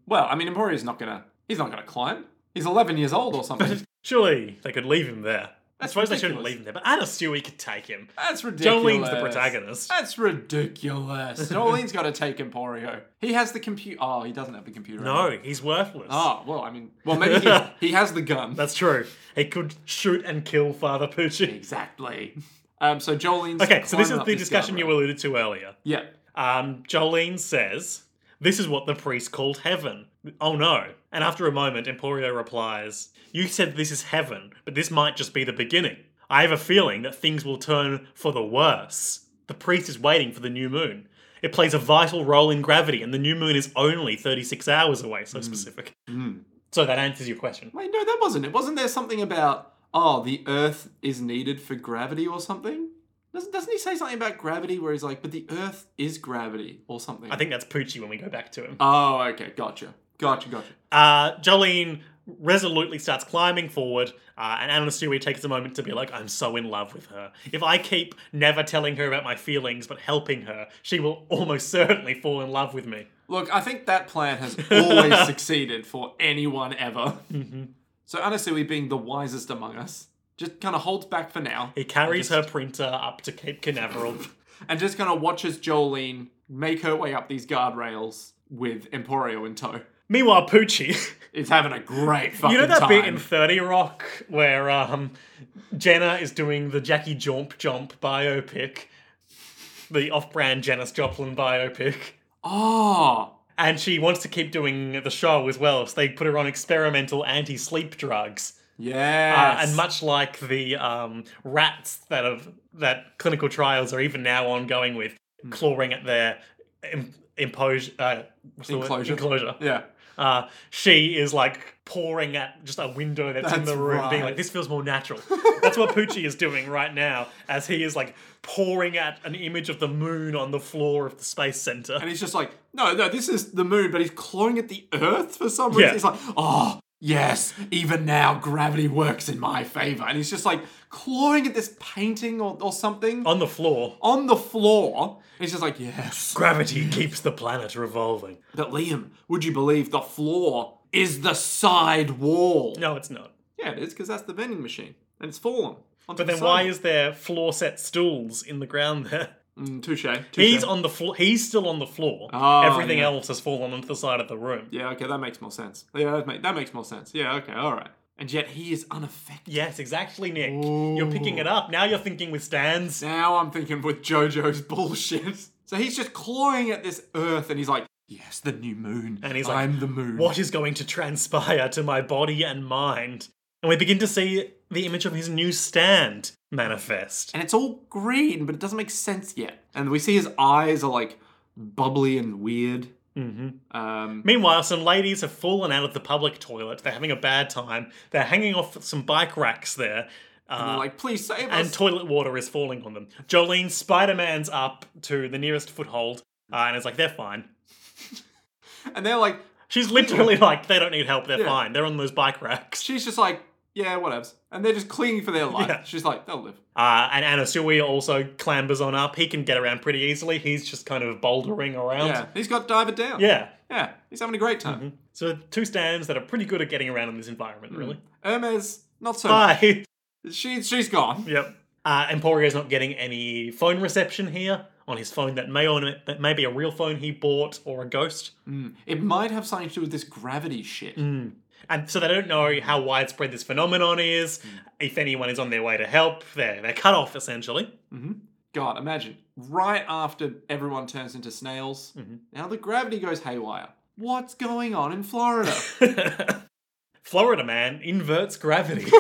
Well, I mean, Emporio's not gonna. He's not gonna climb. He's 11 years old or something.
[laughs] Surely they could leave him there. I
That's
suppose they shouldn't
ridiculous.
leave him there, but Anna Stewie could take him.
That's ridiculous.
Jolene's the protagonist.
That's
[laughs]
ridiculous. Jolene's got to take Emporio. He has the computer. Oh, he doesn't have the computer.
No, he's worthless.
Oh, well, I mean, well, maybe
[laughs]
he, he has the gun.
That's true. He could shoot and kill Father Pucci.
exactly. Um, so Jolene's.
Okay, so this
climbing
is
up
the
this
discussion
guardrail.
you alluded to earlier.
Yeah.
Um, Jolene says This is what the priest called heaven. Oh no. And after a moment, Emporio replies, You said this is heaven, but this might just be the beginning. I have a feeling that things will turn for the worse. The priest is waiting for the new moon. It plays a vital role in gravity, and the new moon is only 36 hours away, so specific. So that answers your question.
Wait, no, that wasn't it. Wasn't there something about oh, the Earth is needed for gravity or something? Doesn't, doesn't he say something about gravity where he's like, but the Earth is gravity or something?
I think that's Poochie when we go back to him.
Oh, okay, gotcha, gotcha, gotcha.
Uh, Jolene resolutely starts climbing forward, uh, and Anna Stewie takes a moment to be like, I'm so in love with her. If I keep never telling her about my feelings but helping her, she will almost [laughs] certainly fall in love with me.
Look, I think that
[laughs]
plan has always succeeded for anyone ever.
Mm-hmm.
So Anasui, being the wisest among us, just kind of holds back for now
He carries her printer up to Cape Canaveral.
and just kind of watches Jolene make her way up these guardrails with Emporio in tow.
Meanwhile, Poochie. [laughs]
It's having a great fucking
You know that
time.
bit in 30 Rock where um, Jenna is doing the Jackie Jomp Jomp biopic, the off brand Janis Joplin biopic,
Oh,
and she wants to keep doing the show as well, so they put her on experimental anti sleep drugs. Uh,
yes.
and much like the um, rats that have that clinical trials are even now ongoing with
Hmm.
clawing at their Im- impose, uh, what's the word?
Enclosure.
enclosure
yeah.
uh, she is like pouring at just a window that's, in
That's
the room, being
right.
like, "This feels more natural." that's what Poochie is doing right now, as he is like pouring at an image of the moon on the floor of the space center.
And he's just like, no, no, this is the moon, but he's clawing at the earth for some reason.
Yeah.
He's like, oh, yes, even now gravity works in my favor. And he's just like clawing at this painting or, or something
on the floor,
on the floor. And he's just like, yes.
gravity keeps the planet revolving.
But Liam, would you believe the floor is the side wall?
No, it's not.
Yeah, it is, because that's the vending machine. And it's fallen.
But then why is there floor set stools in the ground [laughs] there?
Mm, touche. touche.
He's on the floor. He's still on the floor.
Oh,
Everything
yeah.
else has fallen onto the side of the room.
Yeah, okay, that makes more sense. Yeah, that, make, that makes more sense. Yeah, okay, all right. And yet he is unaffected.
Yes, exactly, Nick. You're picking it up. Now you're thinking with stands.
Now I'm thinking with JoJo's bullshit. So he's just clawing at this earth and he's like, Yes, the new moon.
And he's like,
I'm the moon.
what is going to transpire to my body and mind. And we begin to see the image of his new stand manifest.
And it's all green, but it doesn't make sense yet. And we see his eyes are like bubbly and weird.
hmm
Um,
Meanwhile, some ladies have fallen out of the public toilet. They're having a bad time. They're hanging off some bike racks there.
and
Uh,
they're like, please save
and
us.
toilet water is falling on them. Jolene Spider Man's up to the nearest foothold uh, and is like, they're fine.
and they're like,
She's
[laughs]
literally like, they don't need help, they're
Yeah.
fine. They're on those bike racks.
she's just like, yeah, whatevs. And they're just clinging for their life.
Yeah.
She's like, they'll live.
Uh, and Anasui also clambers on up. He can get around pretty easily. He's just kind of bouldering around.
Yeah, he's got diver down.
Yeah. Mm-hmm.
yeah, he's having a great time.
So two stands that are pretty good at getting around in this
Hmm.
environment, really.
Hermes, not so. much.
Mm-hmm. Bye.
She, she's gone.
[laughs] yep. Uh, Emporio's not getting any phone reception here on his phone that may or that may be a real phone he bought or a ghost.
Mm. It might have something to do with this gravity shit.
Hmm. And so they don't know how widespread this phenomenon is, if anyone is on their way to help. They're, they're cut off, essentially. [laughs]
God, imagine right after everyone turns into snails,
Mm-hmm.
now the gravity goes haywire. What's going on
[laughs]
in Florida?
Florida man inverts gravity.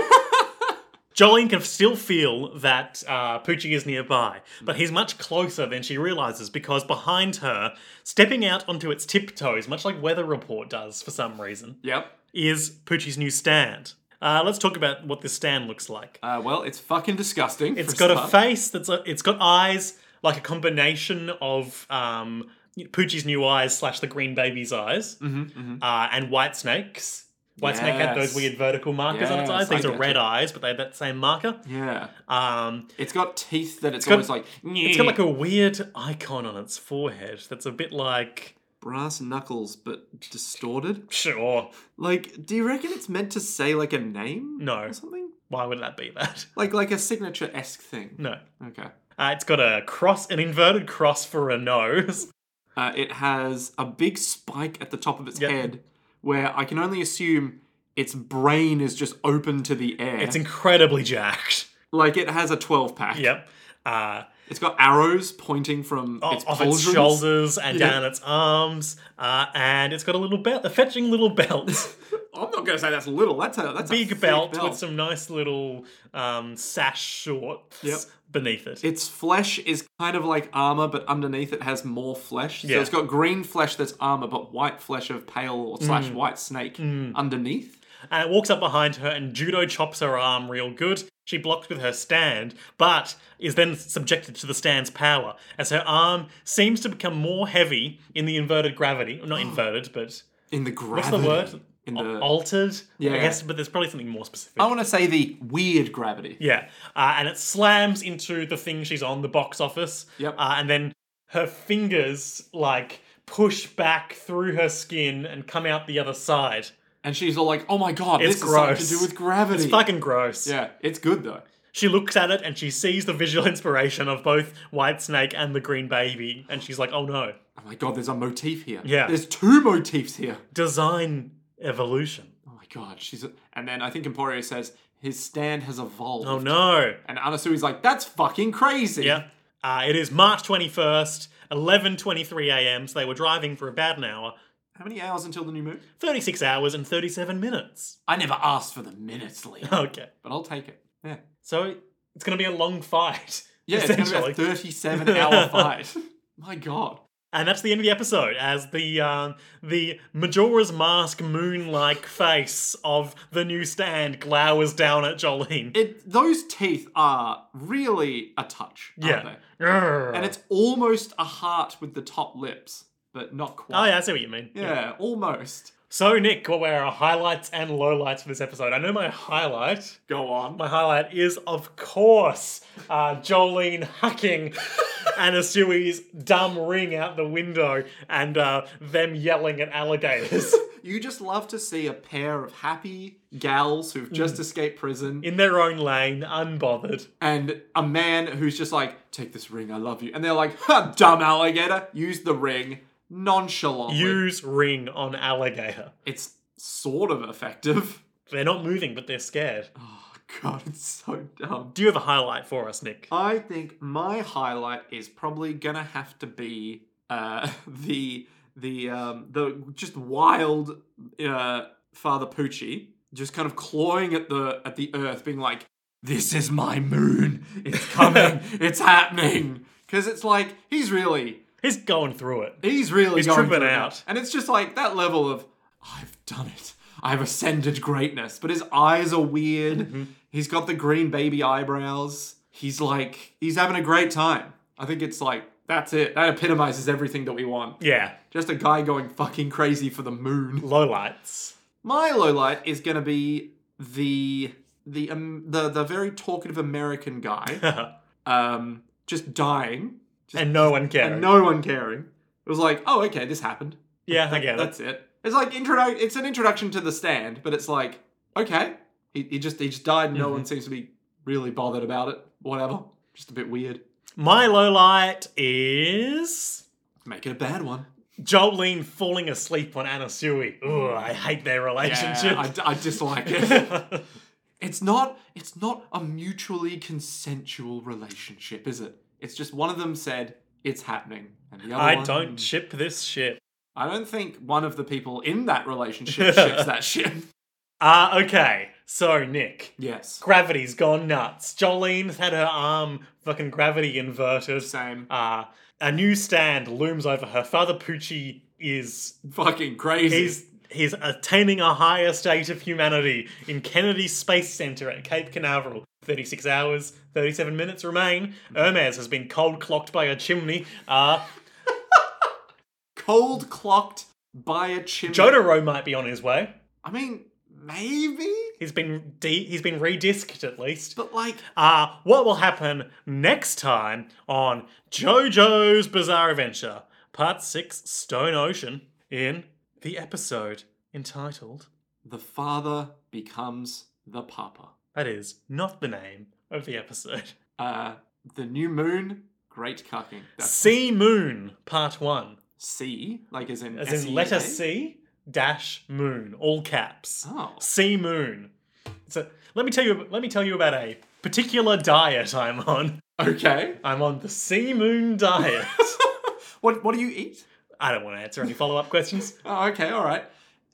Jolene can still feel that uh, Poochie is nearby, but he's much closer than she realizes because behind her, stepping out onto its tiptoes, much like Weather Report does for some reason,
yep.
is Poochie's new stand. Uh, let's talk about what this stand looks like.
Uh, well, it's fucking disgusting.
It's
for
got a
start.
face that's a, it's got eyes like a combination of um, Poochie's new eyes slash the green baby's eyes,
Mhm, mhm.
uh, and white snakes. White snake had those
Yes.
weird vertical markers on its
Yes,
eyes. These
I
are
get
red
you.
eyes, but they have that same marker.
Yeah.
Um,
It's got teeth that it's,
got-
almost like.
it's got like a weird icon on its forehead that's a bit like
brass knuckles, but distorted.
sure.
Like, do you reckon it's meant to say like a name?
No.
Or something?
Why would that be that? [laughs]
Like like a signature esque thing.
No.
Okay.
Uh, it's got a cross, an inverted cross for a nose.
Uh, it has a big spike at the top of its
Yep.
head where I can only assume its brain is just open to the air.
It's incredibly jacked. [laughs]
like it has a 12 pack.
Yep. Uh,
It's got arrows pointing from
o-
its
off
pauldrons.
its shoulders and
Yeah.
down its arms, uh, and it's got a little belt, a fetching little belt,
I'm not going to say that's little. That's [laughs] a that's a
big
thick
belt, with some nice little um, sash shorts
Yep.
beneath it.
Its flesh is kind of like armor, but underneath it has more flesh. So
Yeah.
it's got green flesh that's armor, but white flesh of pale or slash
Mm.
white snake underneath.
and it walks up behind her and judo chops her arm real good. She blocks with her stand, but is then subjected to the stand's power as her arm seems to become more heavy in the inverted gravity.
[gasps]
Not inverted, but
In the gravity.
what's the word?
In
Al-
the,
altered, I
Yeah. Oh,
guess, but there's probably something more specific.
I want to say the weird gravity.
Yeah, uh, and it slams into the thing she's on, the box office.
Yep.
Uh, and then her fingers like push back through her skin and come out the other side.
And she's all like, oh my god,
It's
this is something
gross.
to do with gravity.
It's fucking gross.
yeah, it's good though.
She looks at it and she sees the visual [laughs] inspiration of both White Snake and the Green Baby, and she's like, "Oh no,
Oh my god, there's a motif here.
Yeah.
There's two motifs here.
design evolution.
Oh my god, she's. A... And then I think Emporio says, his stand has evolved.
Oh no,
And Anasui's like, that's fucking crazy.
yeah." Uh, it is March twenty first, eleven twenty three a.m. So they were driving for about an hour,
How many hours until the new moon?
thirty six hours and thirty seven minutes. [laughs]
I never asked for the minutes, Lee.
Okay.
but I'll take it. Yeah.
So it's going to be a long fight.
[laughs] Yeah, it's going to be
essentially.
a 37
[laughs]
hour fight. [laughs] My God.
and that's the end of the episode as the um, the Majora's Mask moon-like face of the new stand glowers down at Jolene.
It, those teeth are really a touch, aren't
yeah.
they?
Grrr.
And it's almost a heart with the top lips, but not quite.
Oh yeah, I see what you mean.
Yeah, almost.
So Nick, what were our highlights and lowlights for this episode? I know my highlight.
Go on.
My highlight is, of course, uh, Jolene hacking
[laughs]
Anasui's dumb ring out the window and uh, them yelling at alligators.
[laughs]
[laughs]
You just love to see a pair of happy gals who've just escaped prison
in their own lane, unbothered.
and a man who's just like, take this ring, I love you. And they're like, ha, dumb alligator, use the ring nonchalantly.
Use ring on alligator.
It's sort of effective. [laughs]
They're not moving, but they're scared.
Oh god, it's so dumb.
Do you have a highlight for us, Nick?
I think my highlight is probably gonna have to be uh, [laughs] the the um, the just wild uh, Father Poochie just kind of clawing at the at the earth, being like, "This is my moon. It's coming. it's happening." Because it's like he's really
He's going through it.
He's really
He's
going
tripping
through it.
out.
and it's just like that level of I've done it. I've ascended greatness, but his eyes are weird.
Mm-hmm.
He's got the green baby eyebrows. He's like he's having a great time. I think it's like that's it. That epitomizes everything that we want.
Yeah.
Just a guy going fucking crazy for the moon.
Lowlights.
My low light is gonna be the the um, the the very talkative American guy,
[laughs] and
um, just dying, just
no one cares.
and no one caring. It was like, oh, okay, this happened.
yeah, I get it.
That's it. It's like intro. It's an introduction to the stand, but it's like okay, he, he just he just died. and No one seems to be really bothered about it. Whatever, just a bit weird.
My lowlight is
Make it a bad one.
Jolene falling asleep on Anasui. Ooh, I hate their relationship. [laughs]
I, I dislike it. it's not it's not a mutually consensual relationship, is it? It's just one of them said it's happening, and the other
I
one-
don't ship this shit.
I don't think one of the people in that relationship ships that ship.
Ah, okay. So, Nick,
Yes,
gravity's gone nuts. Jolene's had her arm fucking gravity inverted.
same.
Uh, a new stand looms over her. Father Pucci is
Fucking crazy.
he's he's attaining a higher state of humanity in Kennedy Space Center at Cape Canaveral. 36 hours, 37 minutes remain. Hermes has been cold clocked by a chimney. Uh,
cold clocked by a chimney.
Jotaro might be on his way.
I mean, maybe,
He's been de- he's been redisked at least.
but like,
Uh, what will happen next time on JoJo's Bizarre Adventure, Part 6 Stone Ocean, in the episode entitled,
the father becomes the papa.
that is not the name of the episode,
Uh, the new moon, great cucking. That's
Sea Moon Part 1,
C, like as in
as
S E
in letter
A?
C dash moon, all caps.
Oh,
Sea Moon. So let me tell you let me tell you about a particular diet I'm on.
Okay.
I'm on the sea moon diet.
What What do you eat?
I don't want to answer any follow up questions.
Oh, okay. All right.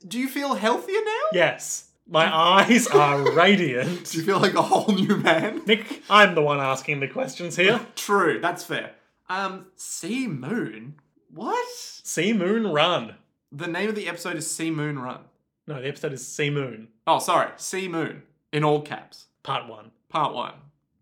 Do you feel healthier now?
Yes, my eyes are radiant.
Do you feel like a whole new man?
Nick, I'm the one asking the questions here.
True. That's fair. Um, Sea Moon. What?
Sea Moon Run.
The name of the episode is Sea Moon Run.
No, the episode is Sea Moon,
Oh, sorry. Sea Moon in all caps.
part one.
Part one.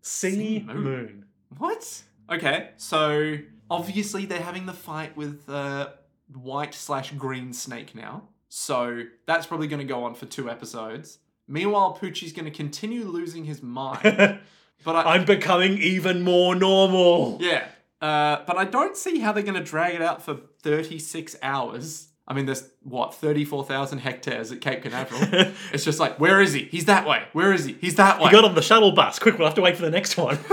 Sea,
Moon.
moon.
What? Okay. So obviously they're having the fight with uh, white slash green snake now. So that's probably going to go on for two episodes. Meanwhile, Poochie's going to continue losing his [laughs] mind.
[laughs]
But I,
I'm becoming even more normal.
Yeah. Uh, but I don't see how they're going to drag it out for 36 hours. I mean, there's what, 34,000 hectares at Cape Canaveral? [laughs]
he
it's just like, where is he? He's that way. Where is he? He's that way.
got on the shuttle bus. Quick, we'll have to wait for the next one. [laughs]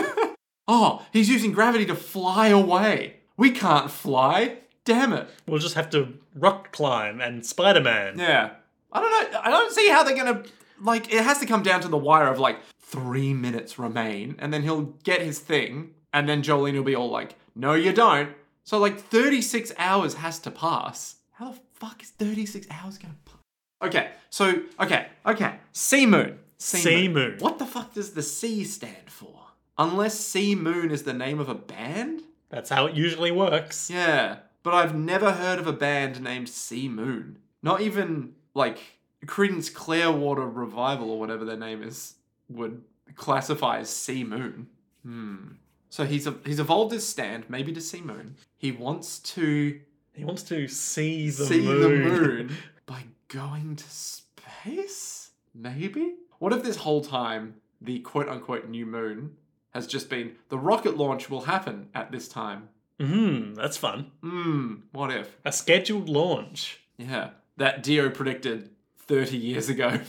oh, he's using gravity to fly away. We can't fly. Damn it.
we'll just have to rock climb and Spider Man.
Yeah. I don't know. I don't see how they're going to. Like, it has to come down to the wire of like three minutes remain, and then he'll get his thing, and then Jolene will be all like, no, you don't. So, like, 36 hours has to pass. How the fuck is 36 hours going to pass? Okay, so, okay, okay. Sea Moon.
Sea Moon.
What the fuck does the C stand for? Unless Sea Moon is the name of a band?
That's how it usually works.
Yeah, but I've never heard of a band named Sea Moon. Not even like Credence Clearwater Revival or whatever their name is would classify as Sea Moon. Hmm. So he's he's evolved his stand maybe to Sea Moon. He wants to
He wants to see the
see
moon. [laughs]
the moon by going to space? Maybe? What if this whole time the quote unquote new moon has just been the rocket launch will happen at this time?
Mm, that's fun.
Hmm, what if?
A scheduled launch.
Yeah, that Dio predicted 30 years ago.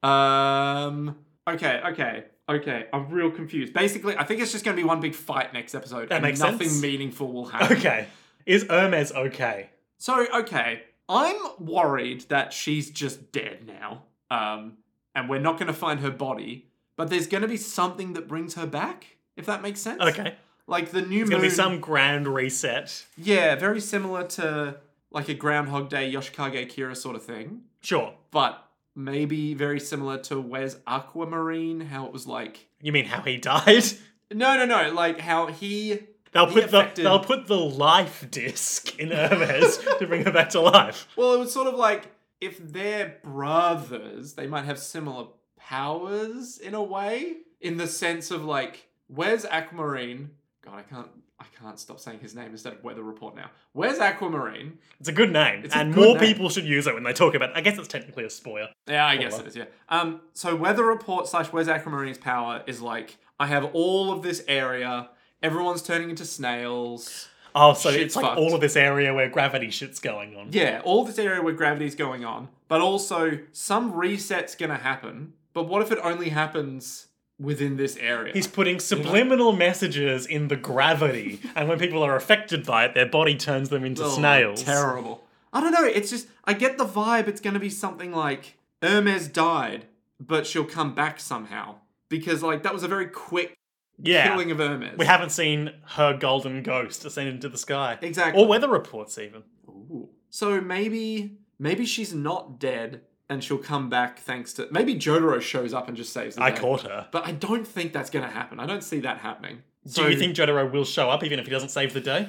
[laughs] Um. Okay, okay, okay. I'm real confused. Basically, I think it's just going to be one big fight next episode.
That
and
makes
Nothing
sense.
meaningful will happen.
Okay. Is Hermes okay?
So, okay, I'm worried that she's just dead now. Um, and we're not going to find her body, but there's going to be something that brings her back. If that makes sense.
Okay.
Like the new
It's
moon.
gonna be some grand reset.
Yeah, very similar to like a Groundhog Day Yoshikage Kira sort of thing.
Sure.
but maybe very similar to Wes Aquamarine, how it was like.
You mean how he died? [laughs]
No, no, no. Like how he.
They'll
He
put
affected-
the they'll put the life disc in
[laughs]
Hermes to bring her back to life.
Well, it was sort of like if they're brothers, they might have similar powers in a way, in the sense of like Wes Aquamarine. God, I can't. I can't stop saying his name instead of Weather Report now. Wes Aquamarine?
It's a good name,
It's a
and
good
more
name.
people should use it when they talk about. I guess it's technically a spoiler.
Yeah, I guess
Spoiler.
it is. Yeah. Um. So weather report slash Wes Aquamarine's power is like I have all of this area. Everyone's turning into snails.
Oh, so
Shit's
it's like
fucked.
all of this area where gravity shit's going on.
Yeah, all this area where gravity's going on, but also some reset's gonna happen. But what if it only happens within this area?
He's putting subliminal messages in the
[laughs]
gravity, and when people are affected by it, their body turns them into
Oh,
snails.
Terrible. I don't know. It's just I get the vibe. It's gonna be something like Hermes died, but she'll come back somehow because like that was a very quick
Yeah.
killing of Hermes.
We haven't seen her golden ghost ascend into the sky.
exactly.
Or weather reports, even.
Ooh. So maybe maybe she's not dead and she'll come back thanks to maybe Jotaro shows up and just saves the
I
day.
caught her.
But I don't think that's going to happen. I don't see that happening. So,
Do you think Jotaro will show up even if he doesn't save the day?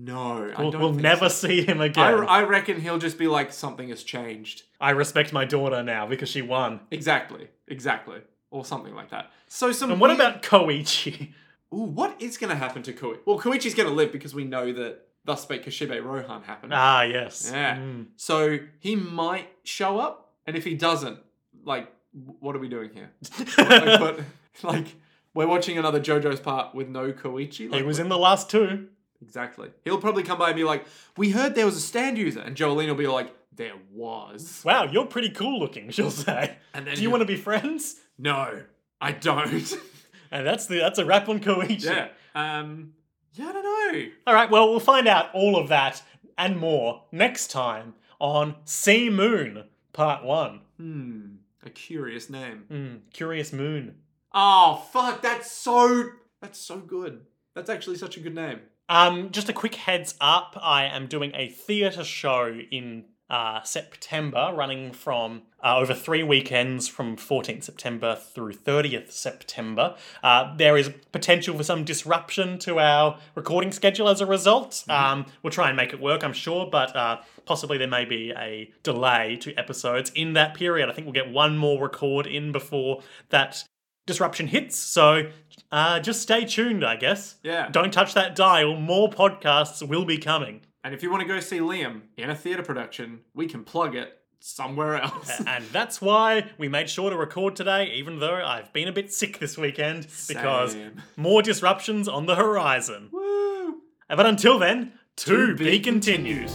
No, I
We'll,
don't
we'll
think
never
so.
see him
I,
again. I,
I reckon he'll just be like something has changed.
respect my daughter now because she won.
Exactly, exactly, or something like that. So some.
And what
weird-
about Koichi?
Ooh, what is going to happen to Koichi? Well, Koichi's going to live because we know that thus spake Kashibe Rohan happened.
Ah, yes.
Yeah.
Mm.
So he might show up, and if he doesn't, like, w- what are we doing
[laughs]
here?
Mm.
[laughs] like, but, like, we're watching another JoJo's part with no Koichi.
he
Like,
was in the last two.
Exactly. He'll probably come by and be like, "We heard there was a stand user," and Jolene will be like, "There was."
Wow, you're pretty cool looking, [laughs] she'll say.
And then
Do you want to be friends?
No, I don't. [laughs]
And that's the that's a wrap on Koichi.
yeah. Um. Yeah, I don't know.
All right, well, we'll find out all of that and more next time on Sea Moon Part 1.
Hmm. A curious name.
Mm, Curious Moon.
Oh fuck! That's so. That's so good. That's actually such a good name.
Um, just a quick heads up I am doing a theatre show in uh, September, running from uh, over three weekends from 14th September through 30th September. Uh, there is potential for some disruption to our recording schedule as a result. Um, we'll try and make it work, I'm sure, but uh, possibly there may be a delay to episodes in that period. I think we'll get one more record in before that disruption hits. So uh, just stay tuned, I guess.
Yeah.
Don't touch that dial. More podcasts will be coming.
And if you want to go see Liam in a theatre production, we can plug it somewhere
[laughs]
else.
And that's why we made sure to record today, even though I've been a bit sick this weekend because
Same.
more disruptions on the horizon.
Woo!
But until then, to,
be
be continued.